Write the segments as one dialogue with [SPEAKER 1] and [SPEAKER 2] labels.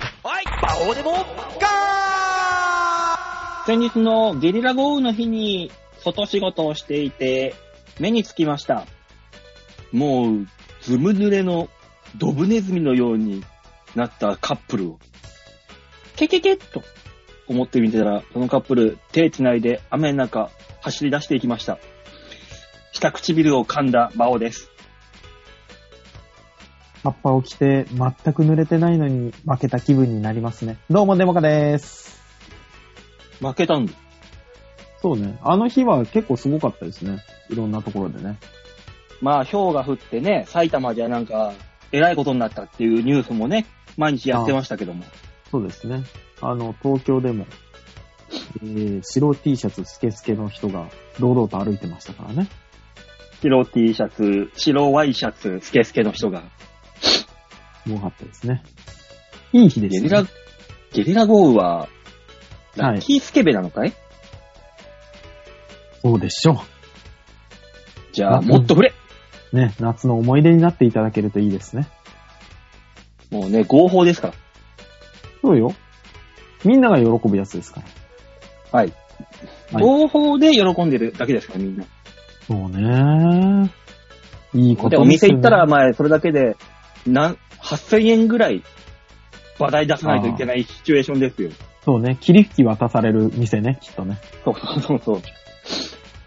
[SPEAKER 1] どうでもガ
[SPEAKER 2] 先日のゲリラ豪雨の日に外仕事をしていて、目につきました。もう、ズム濡れのドブネズミのようになったカップルを、ケケケッと思ってみてたら、そのカップル、手繋いで雨の中走り出していきました。下唇を噛んだ馬王です。
[SPEAKER 3] 葉っぱを着て全く濡れてないのに負けた気分になりますね。どうも、デモカです。
[SPEAKER 2] 負けたんだ。
[SPEAKER 3] そうね。あの日は結構すごかったですね。いろんなところでね。
[SPEAKER 2] まあ、氷が降ってね、埼玉じゃなんか、えらいことになったっていうニュースもね、毎日やってましたけども。
[SPEAKER 3] そうですね。あの、東京でも、えー、白 T シャツスケスケの人が堂々と歩いてましたからね。
[SPEAKER 2] 白 T シャツ、白ワイシャツ、スケスケの人が。
[SPEAKER 3] 多かったですね。いい日で
[SPEAKER 2] ゲ
[SPEAKER 3] し
[SPEAKER 2] リ
[SPEAKER 3] た、
[SPEAKER 2] ラ
[SPEAKER 3] ね。、
[SPEAKER 2] ゲリラ豪雨は、
[SPEAKER 3] は
[SPEAKER 2] ラ
[SPEAKER 3] い
[SPEAKER 2] ッキースケベなのかい、
[SPEAKER 3] そうでしょ
[SPEAKER 2] じゃあ、
[SPEAKER 3] うん
[SPEAKER 2] もっと降れ
[SPEAKER 3] う。ね、夏の思い出になっていただけるといいですね。
[SPEAKER 2] もうね、合法ですから。
[SPEAKER 3] そうよ。みんなが喜ぶやつですから。
[SPEAKER 2] はい。
[SPEAKER 3] はい
[SPEAKER 2] 合法で喜んでるだけですから、みんな。
[SPEAKER 3] そうね。いいこと
[SPEAKER 2] で、お店行ったら、前、それだけで、なん、8000円ぐらい、話題出さないといけないシチュエーションですよ。
[SPEAKER 3] そうね、霧吹き渡される店ね、きっとね。
[SPEAKER 2] そうそうそうそう。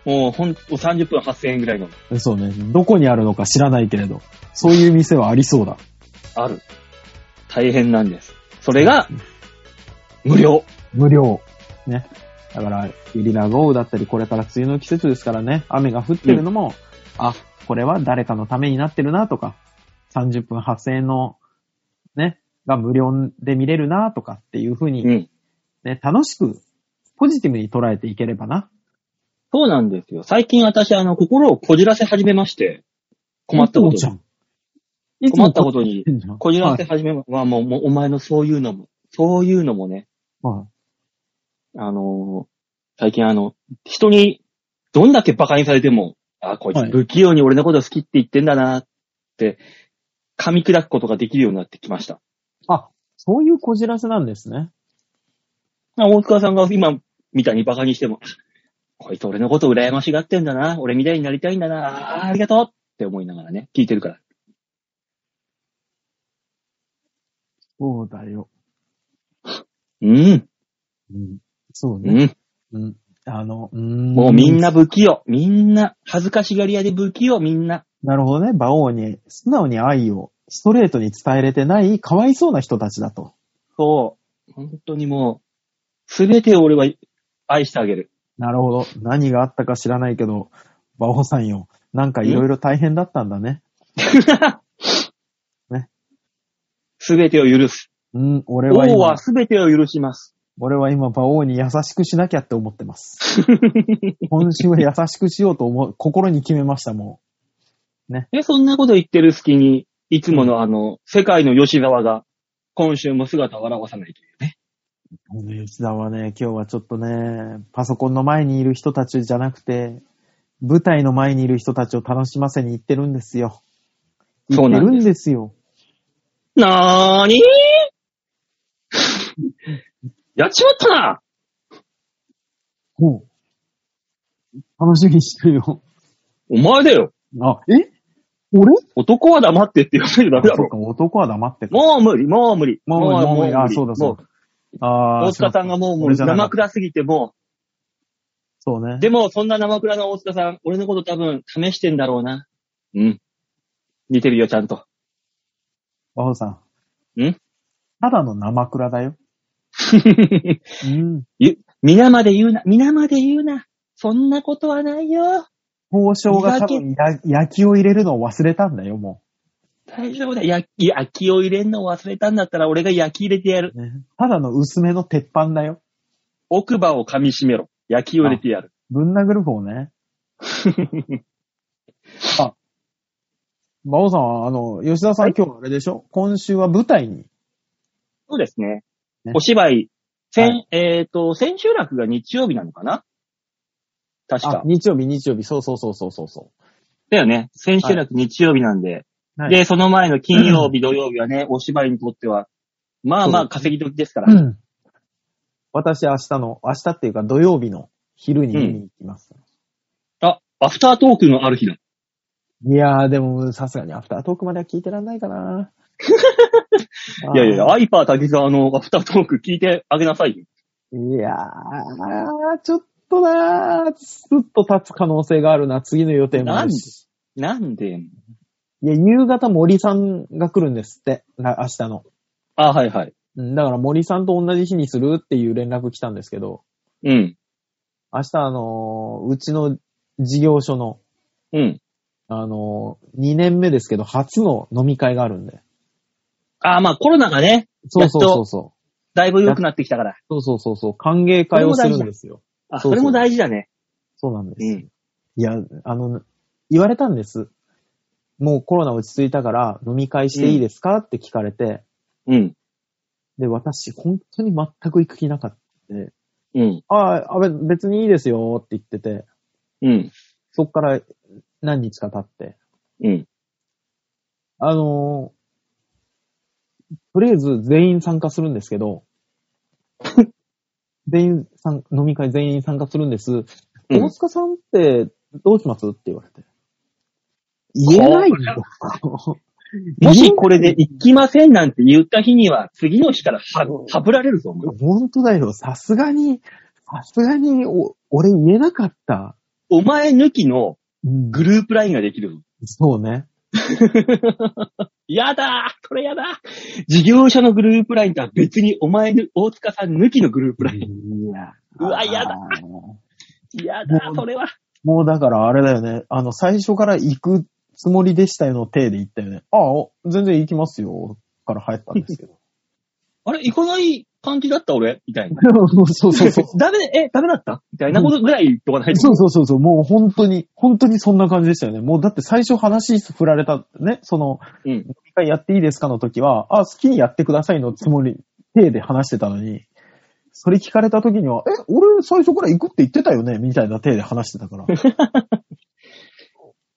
[SPEAKER 2] もう、ほん、30分8000円ぐらいの、
[SPEAKER 3] そうね、どこにあるのか知らないけれど、そういう店はありそうだ。
[SPEAKER 2] ある。大変なんです。それが、無料。
[SPEAKER 3] 無料。ね。だから、ゲリラ豪雨だったり、これから梅雨の季節ですからね、雨が降ってるのも、あ、これは誰かのためになってるなとか、30分8000円の、ね、が無料で見れるなとかっていうふうに、
[SPEAKER 2] う
[SPEAKER 3] ね、
[SPEAKER 2] ん。
[SPEAKER 3] 楽しく、ポジティブに捉えていければな。
[SPEAKER 2] そうなんですよ。最近私、あの、心をこじらせ始めまして、困ったこ
[SPEAKER 3] いつもちゃ
[SPEAKER 2] と、
[SPEAKER 3] ん。いつ
[SPEAKER 2] 困
[SPEAKER 3] も
[SPEAKER 2] ったことに、
[SPEAKER 3] と。
[SPEAKER 2] こじらせ始めま、はもう、もう、お前のそういうのも、そういうのもね、
[SPEAKER 3] はい
[SPEAKER 2] あのー最近あの、人に、どんだけ馬鹿にされても、あ、こいつ
[SPEAKER 3] はい
[SPEAKER 2] 不器用に俺のこと好きって言ってんだなって、噛み砕くことができるようになってきました。
[SPEAKER 3] そういうこじらせなんですね。
[SPEAKER 2] まあ大塚さんが今みたいに馬鹿にしても、 こいつ俺のこと羨ましがってんだな、俺みたいになりたいんだな、あーありがとうって思いながらね、聞いてるから。
[SPEAKER 3] そうだよ。
[SPEAKER 2] うん、
[SPEAKER 3] うん、そう
[SPEAKER 2] う
[SPEAKER 3] ね。
[SPEAKER 2] ん。
[SPEAKER 3] うん。あの、うーん。
[SPEAKER 2] もうみん。な不器用。みんな、恥ずかしがり屋で不器用、みんな。
[SPEAKER 3] なるほどね。馬王に、素直に愛をストレートに伝えれてない、かわいそうな人たちだと。
[SPEAKER 2] そう。本当にもう、すべてを俺は愛してあげる。
[SPEAKER 3] なるほど。何があったか知らないけど、馬王さんよ。なんかいろいろ大変だったんだね。ね
[SPEAKER 2] すべてを許す。
[SPEAKER 3] うん、俺は
[SPEAKER 2] 王
[SPEAKER 3] 今
[SPEAKER 2] は、すべてを許します。
[SPEAKER 3] 俺は今馬王に優しくしなきゃって思って ます。今週は優しくしようと思う、心に決めました、も
[SPEAKER 2] え、そんなこと言ってる隙に、いつものあの、世界の吉沢が、今週も姿を現さないというね。
[SPEAKER 3] う。もうね吉田はね、今日はちょっとね、パソコンの前にいる人たちじゃなくて、舞台の前にいる人たちを楽しませに行ってるんですよ。
[SPEAKER 2] そうなんです
[SPEAKER 3] 行ってるんですよ。
[SPEAKER 2] なーに やっちまったな
[SPEAKER 3] もう、楽しみにしてるよ。
[SPEAKER 2] お前だよ
[SPEAKER 3] あ、え俺
[SPEAKER 2] 男は黙ってって言わないとダメだ
[SPEAKER 3] そ
[SPEAKER 2] ろ
[SPEAKER 3] うか、男は黙ってか。
[SPEAKER 2] もう無理、もう無理。
[SPEAKER 3] もう無理もう無理あそうだそうだ
[SPEAKER 2] も
[SPEAKER 3] あー
[SPEAKER 2] 大塚さんがもうもう
[SPEAKER 3] 俺じゃなか
[SPEAKER 2] 生
[SPEAKER 3] った
[SPEAKER 2] 倉すぎても
[SPEAKER 3] そうね
[SPEAKER 2] う、。でもそんな生倉の大塚さん、俺のこと多分試してんだろうな。うん。似てるよ、ちゃん と。
[SPEAKER 3] 和穂さん。
[SPEAKER 2] ん
[SPEAKER 3] ただの生倉だよ。うん。
[SPEAKER 2] 皆まで言うな、皆まで言うな。そんなことはないよ。
[SPEAKER 3] 交渉が多分や、焼きを入れるのを忘れたんだよ、も
[SPEAKER 2] 大丈夫だよ。焼き、焼きを入れんのを忘れたんだったら俺が焼き入れてやる。
[SPEAKER 3] う。ねただの薄めの鉄板だよ。
[SPEAKER 2] 奥歯を噛み締めろ。焼きを入れてやる。
[SPEAKER 3] ぶん殴る方ね。あ、馬王さんは、あの、吉田さん、
[SPEAKER 2] はい
[SPEAKER 3] 今日あれでしょ今週は舞台に。
[SPEAKER 2] そうですね。
[SPEAKER 3] ね
[SPEAKER 2] お芝居、
[SPEAKER 3] は
[SPEAKER 2] 先、えっ、と、千秋楽が日曜日なのかな確
[SPEAKER 3] あ
[SPEAKER 2] か、。
[SPEAKER 3] 日曜日、日曜日、そうそうそうそうそうそ
[SPEAKER 2] だよね。千秋楽日曜日なんで。
[SPEAKER 3] はい
[SPEAKER 2] で、その前の金曜日、土曜日はね、お芝居にとっては、まあま
[SPEAKER 3] そ
[SPEAKER 2] あ
[SPEAKER 3] う
[SPEAKER 2] 稼ぎ時ですから。
[SPEAKER 3] うん私明日の、明日っていうか土曜日の昼に見に行きます。
[SPEAKER 2] あ、アフタートークのある日だ。
[SPEAKER 3] いやー、でもさすがにアフタートークまでは聞いてらんないか な。
[SPEAKER 2] いやいやいや、アイパー滝沢のアフタートーク聞いてあげなさいよ。
[SPEAKER 3] いやー、ちょっとなー、すっと立つ可能性があるな、次の予定もあるし。
[SPEAKER 2] なんで
[SPEAKER 3] いや、夕方森さんが来るんですって、な明日の。
[SPEAKER 2] あ、はいはい。
[SPEAKER 3] うんだから森さんと同じ日にするっていう連絡来たんですけど、
[SPEAKER 2] うん。
[SPEAKER 3] 明日あのーうちの事業所の、
[SPEAKER 2] うん。
[SPEAKER 3] あのー2年目ですけど、初の飲み会があるんで。
[SPEAKER 2] あ、まあコロナがね、
[SPEAKER 3] そうそうそうそう。
[SPEAKER 2] だいぶ良くなってきたから。
[SPEAKER 3] そうそうそうそう、歓迎会をするんですよ。
[SPEAKER 2] あ、
[SPEAKER 3] そう
[SPEAKER 2] そ
[SPEAKER 3] そう
[SPEAKER 2] れも大事だね。
[SPEAKER 3] そうなんです。
[SPEAKER 2] うん。
[SPEAKER 3] いや、あの、言われたんです。もうコロナ落ち着いたから飲み会していいですか、って聞かれて、
[SPEAKER 2] うん。
[SPEAKER 3] で、私、本当に全く行く気なかった。
[SPEAKER 2] うん。
[SPEAKER 3] ああ、べ別にいいですよって言ってて、
[SPEAKER 2] うん。
[SPEAKER 3] そっから何日か経って、
[SPEAKER 2] うん。
[SPEAKER 3] あのーとりあえず全員参加するんです けど、全員参、飲み会全員参加するんです。
[SPEAKER 2] うん
[SPEAKER 3] 大塚さんってどうしますって言われて。言えないんだ。
[SPEAKER 2] もしこれで行きませんなんて言った日には、次の日からは、はぶられるぞ、お前
[SPEAKER 3] 本当だよ。さすがに、さすがに、お、俺言えなかった。
[SPEAKER 2] お前抜きの
[SPEAKER 3] うん
[SPEAKER 2] グループラインができるぞ。
[SPEAKER 3] そうね。
[SPEAKER 2] やだーこれやだー事業者のグループラインとは別にお前の大塚さん抜きのグループライン。
[SPEAKER 3] や
[SPEAKER 2] うわやだ。やだ
[SPEAKER 3] もう
[SPEAKER 2] ーそれは。
[SPEAKER 3] もうだからあれだよね。あの、最初から行くつもりでしたよの体で行ったよね。ああ、お全然行きますよ。から入ったんですけど。
[SPEAKER 2] あれ行かない感じだった俺みたいな。
[SPEAKER 3] そうそうそう。
[SPEAKER 2] ダメ、え、ダメだったみたいなことぐらい言っとかないと。
[SPEAKER 3] そうそうそうそう、もう本当に、本当にそんな感じでしたよね。もうだって最初話振られたね、その、
[SPEAKER 2] うん
[SPEAKER 3] 飲み会やっていいですかの時は、あ、好きにやってくださいのつもり、手で話してたのに、それ聞かれた時には、え、俺最初から行くって言ってたよねみたいな手で話してた から。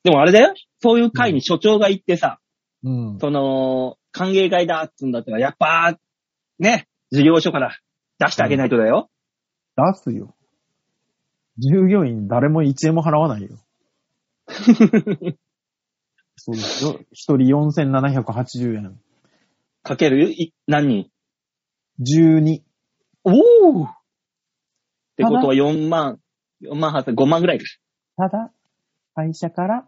[SPEAKER 2] でもあれだよそういう会に所長が行ってさ、
[SPEAKER 3] うん。
[SPEAKER 2] その、歓迎会だっつうんだったら、やっぱ、ね、事業所から出してあげないとだよ。
[SPEAKER 3] 出すよ。従業員誰も1円も払わ ないよ。そうですよ。一人4780円。
[SPEAKER 2] かけるい何人
[SPEAKER 3] 12。
[SPEAKER 2] おおってことは4万、4万8千、5万ぐらいか。
[SPEAKER 3] ただ、会社から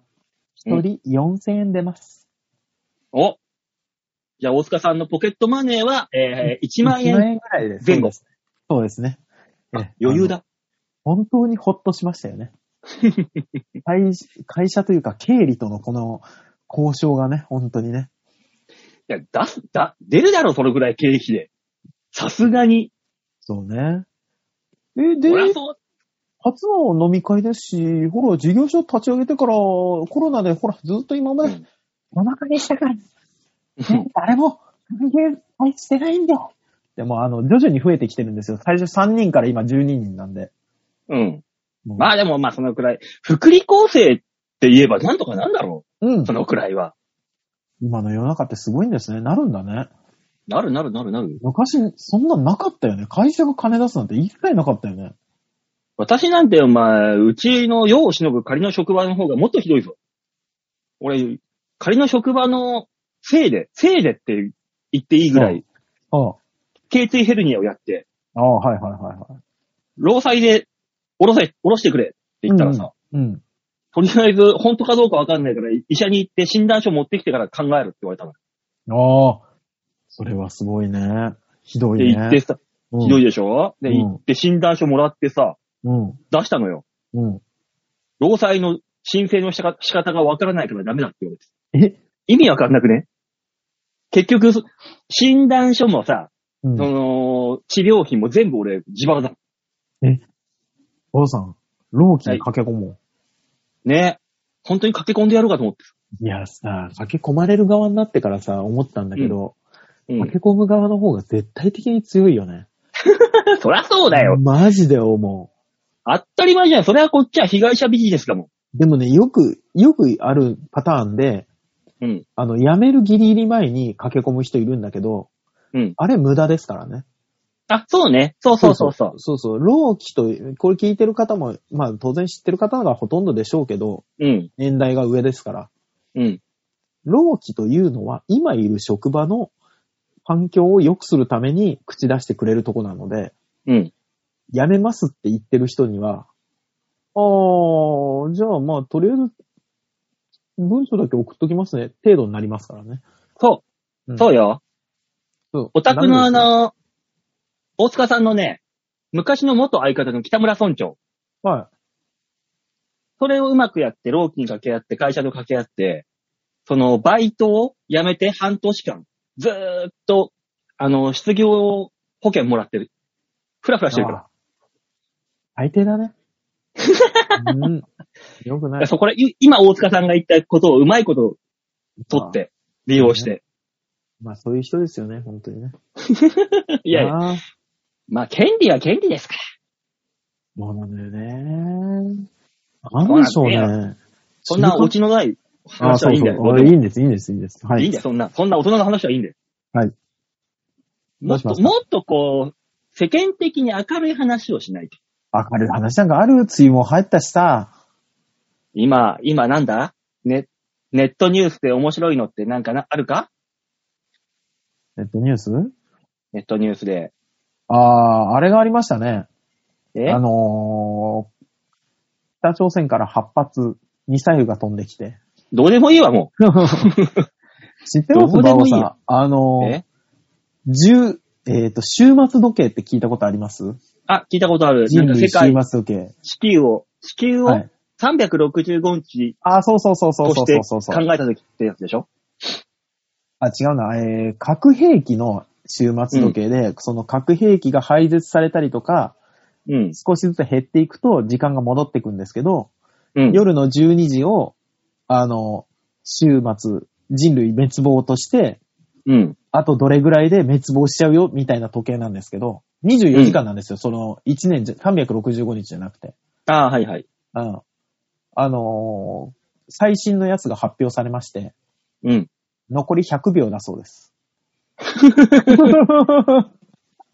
[SPEAKER 3] 一人4000円出ます。
[SPEAKER 2] おじゃあ、大塚さんのポケットマネーは、えー、1万円
[SPEAKER 3] ぐらいです。
[SPEAKER 2] 前後。
[SPEAKER 3] そうですね。
[SPEAKER 2] あ余裕
[SPEAKER 3] だ。
[SPEAKER 2] だ。
[SPEAKER 3] 本当にほっとしました よね。会会社というか経理とのこの交渉がね、本当にね。
[SPEAKER 2] いや、出す、だ、出るだろ、それぐらい経費で。さすがに。
[SPEAKER 3] そうね。え、で
[SPEAKER 2] そ、りゃそう。
[SPEAKER 3] 初の飲み会ですし、ほら、事業所立ち上げてから、コロナでほら、ずっと今まで
[SPEAKER 2] うん
[SPEAKER 3] お腹にした から、誰も、関係してないんだよ。でも、あの、徐々に増えてきてるんですよ。最初3人から今12人なんで。
[SPEAKER 2] うん。
[SPEAKER 3] もう
[SPEAKER 2] まあでも、まあそのくらい。福利厚生って言えばなんとかなんだろ
[SPEAKER 3] う
[SPEAKER 2] う。
[SPEAKER 3] ん
[SPEAKER 2] そ。のくらいは。
[SPEAKER 3] 今の世の中ってすごいんですね。なるんだね。
[SPEAKER 2] なるなるなるなる。
[SPEAKER 3] 昔、そんななかったよね。会社が金出すなんて一切なかったよね。
[SPEAKER 2] 私なんて、お前、うちの世を忍ぶ仮の職場の方がもっとひどいぞ。俺、仮の職場のせいで、せいでって言っていいぐら
[SPEAKER 3] う
[SPEAKER 2] い、
[SPEAKER 3] ああ。
[SPEAKER 2] 頸椎ヘルニアをやって、
[SPEAKER 3] ああ、はいはいはいはい。
[SPEAKER 2] 労災で、おろせ、おろしてくれって言ったらさ、
[SPEAKER 3] うん。
[SPEAKER 2] とりあえず、本当かどうかわかんないから、医者に行って診断書持ってきてから考えるって言われたの。
[SPEAKER 3] ああ。それはすごいね。ひどい
[SPEAKER 2] で、
[SPEAKER 3] ね。
[SPEAKER 2] 行ってさ、
[SPEAKER 3] うん、
[SPEAKER 2] ひどいでしょで、
[SPEAKER 3] うん
[SPEAKER 2] 行って診断書もらってさ、
[SPEAKER 3] うん。
[SPEAKER 2] 出したのよ。
[SPEAKER 3] うん。
[SPEAKER 2] 労災の申請の仕方仕方がわからないからダメだって言われて。
[SPEAKER 3] え
[SPEAKER 2] 意味わかんなくね結局、そ診断書もさ、
[SPEAKER 3] うん
[SPEAKER 2] そ。の、治療費も全部俺、自腹だ。
[SPEAKER 3] お父さん、老期に駆け込もう。
[SPEAKER 2] ね。本当に駆け込んでやろうかと思って
[SPEAKER 3] い、やさ、駆け込まれる側になってからさ、思ったんだけど、
[SPEAKER 2] る。
[SPEAKER 3] 駆け込む側の方が絶対的に強いよね。
[SPEAKER 2] うん。そりゃそうだよ。
[SPEAKER 3] マジで思
[SPEAKER 2] 当たり前じゃん。それはこっちは被害者ビジネスだも
[SPEAKER 3] う。でもね、よく、よくあるパターンで、
[SPEAKER 2] ん。うん。
[SPEAKER 3] あの、辞めるギリギリ前に駆け込む人いるんだけど、
[SPEAKER 2] うん。
[SPEAKER 3] あれ無駄ですからね。
[SPEAKER 2] あ、そうね。そうそうそうそう。
[SPEAKER 3] そうそう。老期と、これ聞いてる方も、まあ当然知ってる方がほとんどでしょうけど、
[SPEAKER 2] うん。
[SPEAKER 3] 年代が上ですから、
[SPEAKER 2] うん。
[SPEAKER 3] 老期というのは今いる職場の環境を良くするために口出してくれるとこなので、
[SPEAKER 2] うん。
[SPEAKER 3] 辞めますって言ってる人には、あー、じゃあまあとりあえず、文章だけ送っときますね、程度になりますからね。
[SPEAKER 2] そうう。
[SPEAKER 3] ん
[SPEAKER 2] そうよ。
[SPEAKER 3] そう
[SPEAKER 2] オタクのあ
[SPEAKER 3] ダメ
[SPEAKER 2] の、大塚さんのね、昔の元相方の北村村長。
[SPEAKER 3] ですよは
[SPEAKER 2] それをうまくやって、老期に掛け合って、会社と掛け合って、その、バイトを辞めて半年間、ずーっと、あの、失業保険もらってる。ふらふら
[SPEAKER 3] い。
[SPEAKER 2] してるから。
[SPEAKER 3] あー最低だ ね。うん。よ
[SPEAKER 2] だ
[SPEAKER 3] くな
[SPEAKER 2] から
[SPEAKER 3] い。
[SPEAKER 2] そこら、い今大塚さんが言ったことをうまいこと取っ。て、利用して。
[SPEAKER 3] まあそういう人ですよね、本当にね。
[SPEAKER 2] いやいや、
[SPEAKER 3] あー
[SPEAKER 2] まあ、権利は権利ですから。
[SPEAKER 3] そうなんだよね。なんでしょう
[SPEAKER 2] そう
[SPEAKER 3] ね。
[SPEAKER 2] そんなオチのない
[SPEAKER 3] あ
[SPEAKER 2] 話
[SPEAKER 3] そ
[SPEAKER 2] は
[SPEAKER 3] う
[SPEAKER 2] いいん
[SPEAKER 3] そ
[SPEAKER 2] だ
[SPEAKER 3] う
[SPEAKER 2] よ。
[SPEAKER 3] あいいんです、いいんです、いいんです。はいい。
[SPEAKER 2] いんだよ、そんな。そんな大人の話はいいんだよ。
[SPEAKER 3] はい。
[SPEAKER 2] もっ
[SPEAKER 3] どう
[SPEAKER 2] と、
[SPEAKER 3] しま
[SPEAKER 2] もっとこう、世間的に明るい話をしないと。
[SPEAKER 3] 明るい話なんかある梅雨も入ったしさ。
[SPEAKER 2] 今、今なんだね、ネットニュースで面白いのってなんかな、あるか
[SPEAKER 3] ネットニュース
[SPEAKER 2] ネットニュースで。
[SPEAKER 3] ああ、あれがありましたね。
[SPEAKER 2] え
[SPEAKER 3] あのー、北朝鮮から8発、ミサイルが飛んでき て。
[SPEAKER 2] どうでもいいわ、も
[SPEAKER 3] 知ってます
[SPEAKER 2] どうで
[SPEAKER 3] バ
[SPEAKER 2] も
[SPEAKER 3] オ
[SPEAKER 2] いい
[SPEAKER 3] さ
[SPEAKER 2] よ
[SPEAKER 3] ん。あ
[SPEAKER 2] う。
[SPEAKER 3] のー、
[SPEAKER 2] え
[SPEAKER 3] 十、えっ、と、週末時計って聞いたことあります
[SPEAKER 2] あ、聞いたことある。な
[SPEAKER 3] 人
[SPEAKER 2] んか
[SPEAKER 3] 類
[SPEAKER 2] 世
[SPEAKER 3] 週
[SPEAKER 2] 界、
[SPEAKER 3] 末時計。
[SPEAKER 2] 地球を、地球を
[SPEAKER 3] はい。
[SPEAKER 2] 365日
[SPEAKER 3] ああ、そうそうそうそ
[SPEAKER 2] と
[SPEAKER 3] うそう
[SPEAKER 2] し
[SPEAKER 3] そ
[SPEAKER 2] て
[SPEAKER 3] うそうそう。
[SPEAKER 2] 考えた時ってやつでしょ
[SPEAKER 3] あ、違うな。えー核兵器の終末時計で、その核兵器が廃絶されたりとか、
[SPEAKER 2] うん。
[SPEAKER 3] 少しずつ減っていくと時間が戻っていくんですけど、
[SPEAKER 2] うん。
[SPEAKER 3] 夜の12時を、あの、終末、人類滅亡として、
[SPEAKER 2] うん。
[SPEAKER 3] あとどれぐらいで滅亡しちゃうよ、みたいな時計なんですけど、24時間なんですよ。その、1年じゃ、365日じゃなくて。
[SPEAKER 2] ああ、はいはい。
[SPEAKER 3] うん。あのー最新のやつが発表されまして、
[SPEAKER 2] うん。
[SPEAKER 3] 残り100秒だそうです。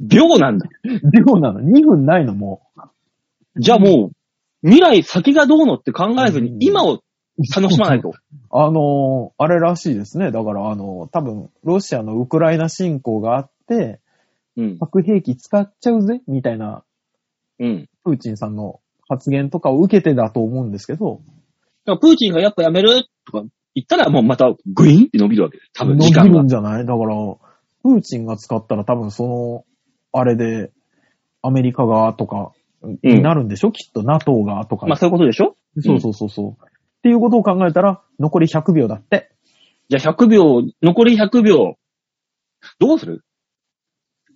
[SPEAKER 2] 秒なんだ。
[SPEAKER 3] 秒なの ?2 分ないのも
[SPEAKER 2] じゃあもう、未来先がどうのって考えず
[SPEAKER 3] う
[SPEAKER 2] に
[SPEAKER 3] ん、
[SPEAKER 2] 今を
[SPEAKER 3] う。
[SPEAKER 2] 楽しま ないと。
[SPEAKER 3] あのーあれらしいですね。だから、あのー多分、ロシアのウクライナ侵攻があって、
[SPEAKER 2] うん。
[SPEAKER 3] 核兵器使っちゃうぜ、みたいな、
[SPEAKER 2] うん。
[SPEAKER 3] プーチンさんの発言とかを受けてだと思うんですけど、
[SPEAKER 2] だからプーチンがやっぱやめるとか言ったらもうまたグイーンって伸びるわけです。多分時間
[SPEAKER 3] 伸び
[SPEAKER 2] が
[SPEAKER 3] るん。じゃないだから、プーチンが使ったら多分その、あれで、アメリカがとか、になるんでしょ、きっと NATO がとか。
[SPEAKER 2] まあそういうことでしょ
[SPEAKER 3] そうそうそうそう、っていうことを考えたら、残り100秒だって。
[SPEAKER 2] じゃあ100秒、残り100秒、どうする、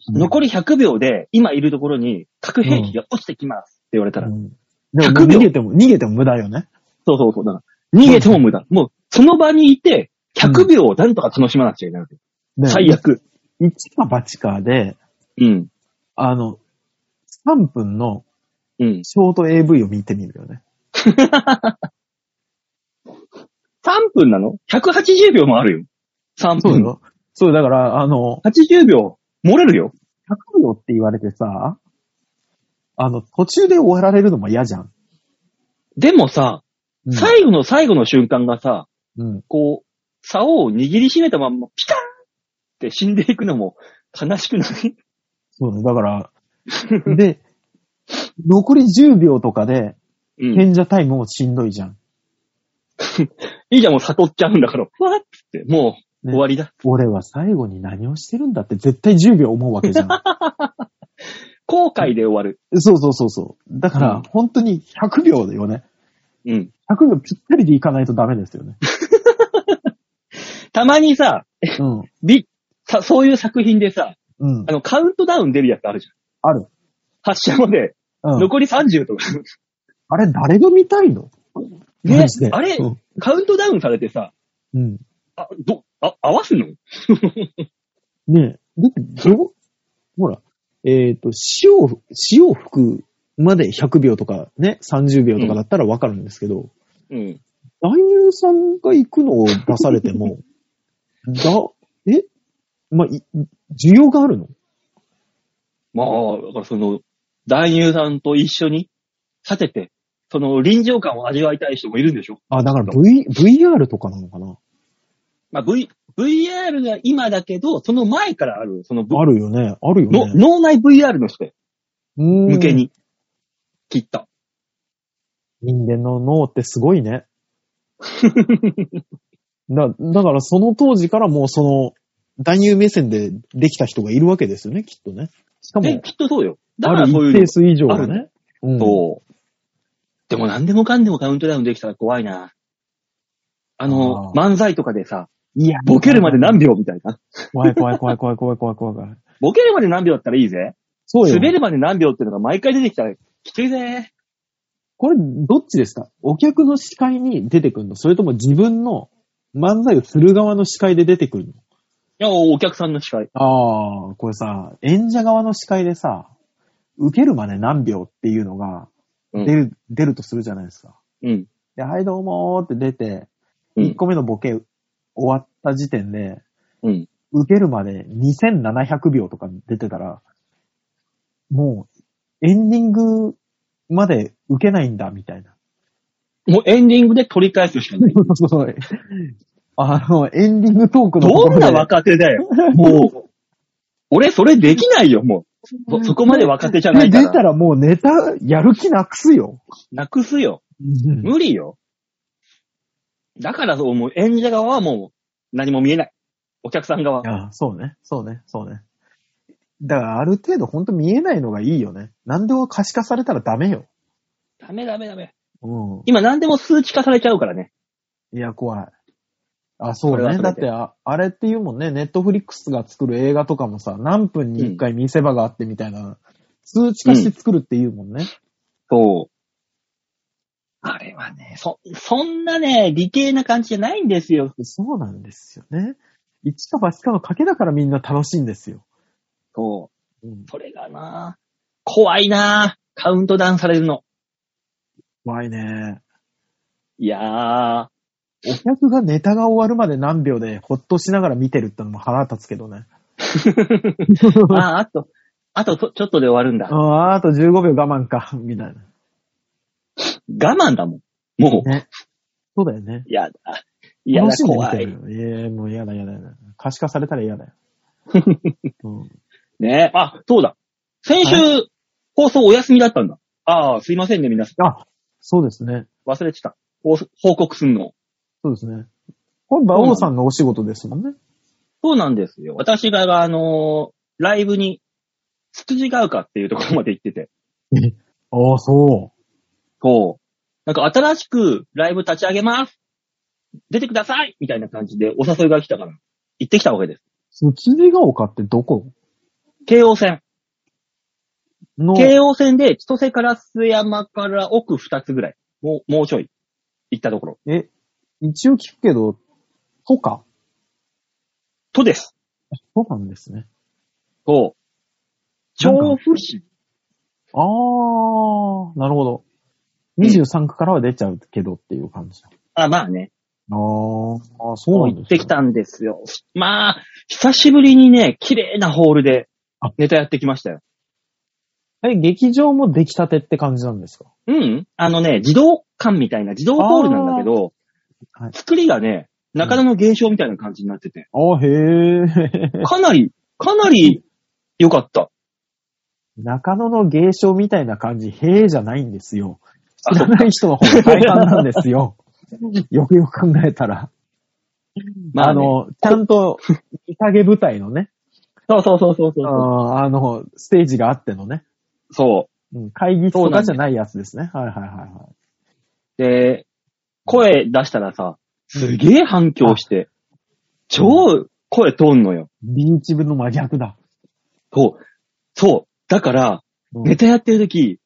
[SPEAKER 2] 残り100秒で今いるところに核兵器が落ちてきますって言われたら。
[SPEAKER 3] うんでも
[SPEAKER 2] 100秒
[SPEAKER 3] 逃げても、逃げても無駄よね。
[SPEAKER 2] そうそうそう。だから逃げても無駄。もうその場にいて100秒をなんとか楽しまなくちゃいけないわけ。
[SPEAKER 3] ね
[SPEAKER 2] 最悪。
[SPEAKER 3] 一か八かで、
[SPEAKER 2] うん。
[SPEAKER 3] あの、3分の
[SPEAKER 2] うん。
[SPEAKER 3] ショート AV を見てみるよね。
[SPEAKER 2] 3分なの ?180 秒もあるよ。3
[SPEAKER 3] そう
[SPEAKER 2] 分。
[SPEAKER 3] よ。そう、だから、あの、
[SPEAKER 2] 80秒、漏れるよ。
[SPEAKER 3] 100秒って言われてさ、あの、途中で終わられるのも嫌じゃん。
[SPEAKER 2] でもさ、
[SPEAKER 3] うん
[SPEAKER 2] 最後の最後の瞬間がさ、
[SPEAKER 3] うん。
[SPEAKER 2] こう、竿を握りしめたまんま、ピタンって死んでいくのも悲しくない
[SPEAKER 3] そうだから、で、残り10秒とかで、
[SPEAKER 2] うん。
[SPEAKER 3] 賢者タイムもしんどいじゃん。
[SPEAKER 2] いいじゃん、もう悟っちゃうんだから、わーっつって、もう
[SPEAKER 3] ね
[SPEAKER 2] 終わりだ。
[SPEAKER 3] 俺は最後に何をしてるんだって絶対10秒思うわけじゃん。
[SPEAKER 2] 後悔で終わる。
[SPEAKER 3] そうそうそうそう。だから、
[SPEAKER 2] うん
[SPEAKER 3] 本当に100秒だよね。
[SPEAKER 2] うん。
[SPEAKER 3] 100秒ぴったりでいかないとダメですよね。
[SPEAKER 2] たまにさ、
[SPEAKER 3] うん。
[SPEAKER 2] び、さ、そういう作品でさ、
[SPEAKER 3] うん
[SPEAKER 2] あ。の、カウントダウン出るやつあるじゃん。
[SPEAKER 3] ある。
[SPEAKER 2] 発射まで、
[SPEAKER 3] うん。
[SPEAKER 2] 残り30とか。
[SPEAKER 3] あれ、誰が見たいの
[SPEAKER 2] ね
[SPEAKER 3] マジで、
[SPEAKER 2] あれ
[SPEAKER 3] うん
[SPEAKER 2] カウントダウンされてさ、
[SPEAKER 3] うん。
[SPEAKER 2] あ、ど、あ、合わすの
[SPEAKER 3] ねえ。だって、どうほら、えっ、と、塩を、塩を吹くまで100秒とかね、30秒とかだったらわかるんですけど、
[SPEAKER 2] うん。
[SPEAKER 3] 男優さんが行くのを出されても、だ、えまあ、い需要があるの
[SPEAKER 2] まあ、だからその、男優さんと一緒に立てて、その臨場感を味わいたい人もいるんでしょ
[SPEAKER 3] あ、だから V、VR とかなのかな
[SPEAKER 2] まあ、v、VR が今だけど、その前からある、その、
[SPEAKER 3] あるよね。あるよ
[SPEAKER 2] の
[SPEAKER 3] ね。
[SPEAKER 2] 脳内 VR の人
[SPEAKER 3] 向
[SPEAKER 2] 向け。に、きっと。
[SPEAKER 3] 人間の脳ってすごいね。だだからその当時からもうその、男優目線でできた人がいるわけですよね、きっとね。しか
[SPEAKER 2] で、
[SPEAKER 3] も、
[SPEAKER 2] きっとそうよ。だか
[SPEAKER 3] あ
[SPEAKER 2] ら
[SPEAKER 3] る
[SPEAKER 2] そうい
[SPEAKER 3] 一
[SPEAKER 2] うの
[SPEAKER 3] 定数以上がね。うん
[SPEAKER 2] そう。でも何でもかんでもカウントダウンできたら怖いな。あの、
[SPEAKER 3] あー
[SPEAKER 2] 漫才とかでさ、
[SPEAKER 3] いや、
[SPEAKER 2] ボケるまで何秒みたいな。
[SPEAKER 3] 怖い怖い怖い怖い怖い怖い怖い怖い。
[SPEAKER 2] ボケるまで何秒だったらいいぜ。
[SPEAKER 3] そうよ。
[SPEAKER 2] 滑るまで何秒っていうのが毎回出てきたらきついぜ。
[SPEAKER 3] これ、どっちですかお客の視界に出てくるのそれとも自分の漫才をする側の視界で出てくるの
[SPEAKER 2] いや、お客さんの司会。
[SPEAKER 3] ああ、これさ、演者側の視界でさ、受けるまで何秒っていうのが
[SPEAKER 2] うん
[SPEAKER 3] 出る、出るとするじゃないですか。
[SPEAKER 2] うん。
[SPEAKER 3] で、はいどうもーって出て、
[SPEAKER 2] うん
[SPEAKER 3] 1個目のボケ終わった時点で、
[SPEAKER 2] うん。
[SPEAKER 3] 受けるまで2700秒とか出てたら、もう、エンディングまで受けないんだ、みたいな。
[SPEAKER 2] もうエンディングで取り返すしか ない。
[SPEAKER 3] そうそう。あの、エンディングトークのとこ
[SPEAKER 2] ど
[SPEAKER 3] ろ
[SPEAKER 2] んな
[SPEAKER 3] で
[SPEAKER 2] 若手だよ。 もう、俺それできないよ、もう。そ、そこまで若手じゃないか
[SPEAKER 3] 出た
[SPEAKER 2] ら。
[SPEAKER 3] らもうネタやる気なくすよ。
[SPEAKER 2] なくすよ。無理よ。だからそう、もう演者側はもう何も見えない。お客さん側。
[SPEAKER 3] ああそうね。そうね。そうね。だからある程度ほんと見えないのがいいよね。何でも可視化されたらダメよ。
[SPEAKER 2] ダメダメダメ。
[SPEAKER 3] う
[SPEAKER 2] 今何でも数値化されちゃうからね。
[SPEAKER 3] ん。いや、怖い。あ、そう
[SPEAKER 2] これは
[SPEAKER 3] ね。
[SPEAKER 2] それで
[SPEAKER 3] だってあ、あれっていうもんね、ネットフリックスが作る映画とかもさ、何分に1回見せ場があってみたいな、数値化して作るっていうもんね。
[SPEAKER 2] そう。あれはね、そ、そんなね、理系な感じじゃないんですよ。
[SPEAKER 3] そうなんですよね。1か8かの賭けだからみんな楽しいんですよ。
[SPEAKER 2] そ
[SPEAKER 3] うん
[SPEAKER 2] う。それがな、怖いな、カウントダウンされるの。
[SPEAKER 3] 怖いね。
[SPEAKER 2] いやー、
[SPEAKER 3] お客がネタが終わるまで何秒でほっとしながら見てるってのも腹立つけどね。
[SPEAKER 2] あー、あと、あとちょちょっとで終わるんだ。我
[SPEAKER 3] あーあと15秒我慢か、 みたいな。
[SPEAKER 2] 慢だもん。もう、
[SPEAKER 3] ね。そうだよね。
[SPEAKER 2] いやだ。いやだ、
[SPEAKER 3] 楽しんで見
[SPEAKER 2] 怖
[SPEAKER 3] て
[SPEAKER 2] い。
[SPEAKER 3] るよ。ええもう嫌だ嫌だ嫌だ。可視化されたら嫌だよ。うん
[SPEAKER 2] ねあ、そうだ。先週、放送お休みだったんだ。あー、すいませんね、皆さ
[SPEAKER 3] あ、そうですね。
[SPEAKER 2] ん。忘れてた。報報告すんの。
[SPEAKER 3] そうですね。これ、馬王さんのお仕事ですもんね。
[SPEAKER 2] そうなんですよ。私が、あのーライブに、つつじがうかっていうところまで行ってて。
[SPEAKER 3] ああ、そ
[SPEAKER 2] そう。なんか新しくライブ立ち上げます出てくださいみたいな感じでお誘いが来たから、行ってきたわけです。
[SPEAKER 3] う。辻が丘ってどこ
[SPEAKER 2] 京王線。
[SPEAKER 3] の、
[SPEAKER 2] 京王線で千歳から須山から奥二つぐらい。もう、もうちょい。行ったところ。
[SPEAKER 3] え、一応聞くけど、とか
[SPEAKER 2] とです。
[SPEAKER 3] そうなんですね。
[SPEAKER 2] そう。調布市。
[SPEAKER 3] あー、なるほど。23区からは出ちゃうけどっていう感じだ。
[SPEAKER 2] あ、まあね。
[SPEAKER 3] あー、あーそうなん
[SPEAKER 2] 行
[SPEAKER 3] で
[SPEAKER 2] っ
[SPEAKER 3] す
[SPEAKER 2] て
[SPEAKER 3] ね
[SPEAKER 2] き。たんですよ。まあ、久しぶりにね、綺麗なホールで
[SPEAKER 3] あ
[SPEAKER 2] ネタやってきましたよ。
[SPEAKER 3] え、劇場も出来たてって感じなんですか
[SPEAKER 2] うん。あのね、自動館みたいな自動ホールなんだけど、
[SPEAKER 3] あーはい
[SPEAKER 2] 作りがね、中田の現象みたいな感じになってて、
[SPEAKER 3] あー、へー。
[SPEAKER 2] かなり、かなり良かった。
[SPEAKER 3] 中野の芸商みたいな感じ、へーじゃないんですよ。知らない人の方が大半なんです よ。よくよく考えたら。
[SPEAKER 2] まあ、
[SPEAKER 3] あ
[SPEAKER 2] ね、
[SPEAKER 3] の、ちゃんと、宴舞台のね、
[SPEAKER 2] そうそうそうそうそうそう。
[SPEAKER 3] あーあの、ステージがあってのね、
[SPEAKER 2] そ
[SPEAKER 3] うん会議室とかじゃないやつですね。はいはいはいはい。
[SPEAKER 2] う。で、声出したらさ、すげえ反響して、超声通んのよ。
[SPEAKER 3] ビーチ部の真逆だ。
[SPEAKER 2] そう。そう。だから、
[SPEAKER 3] うん
[SPEAKER 2] ネタやってる時、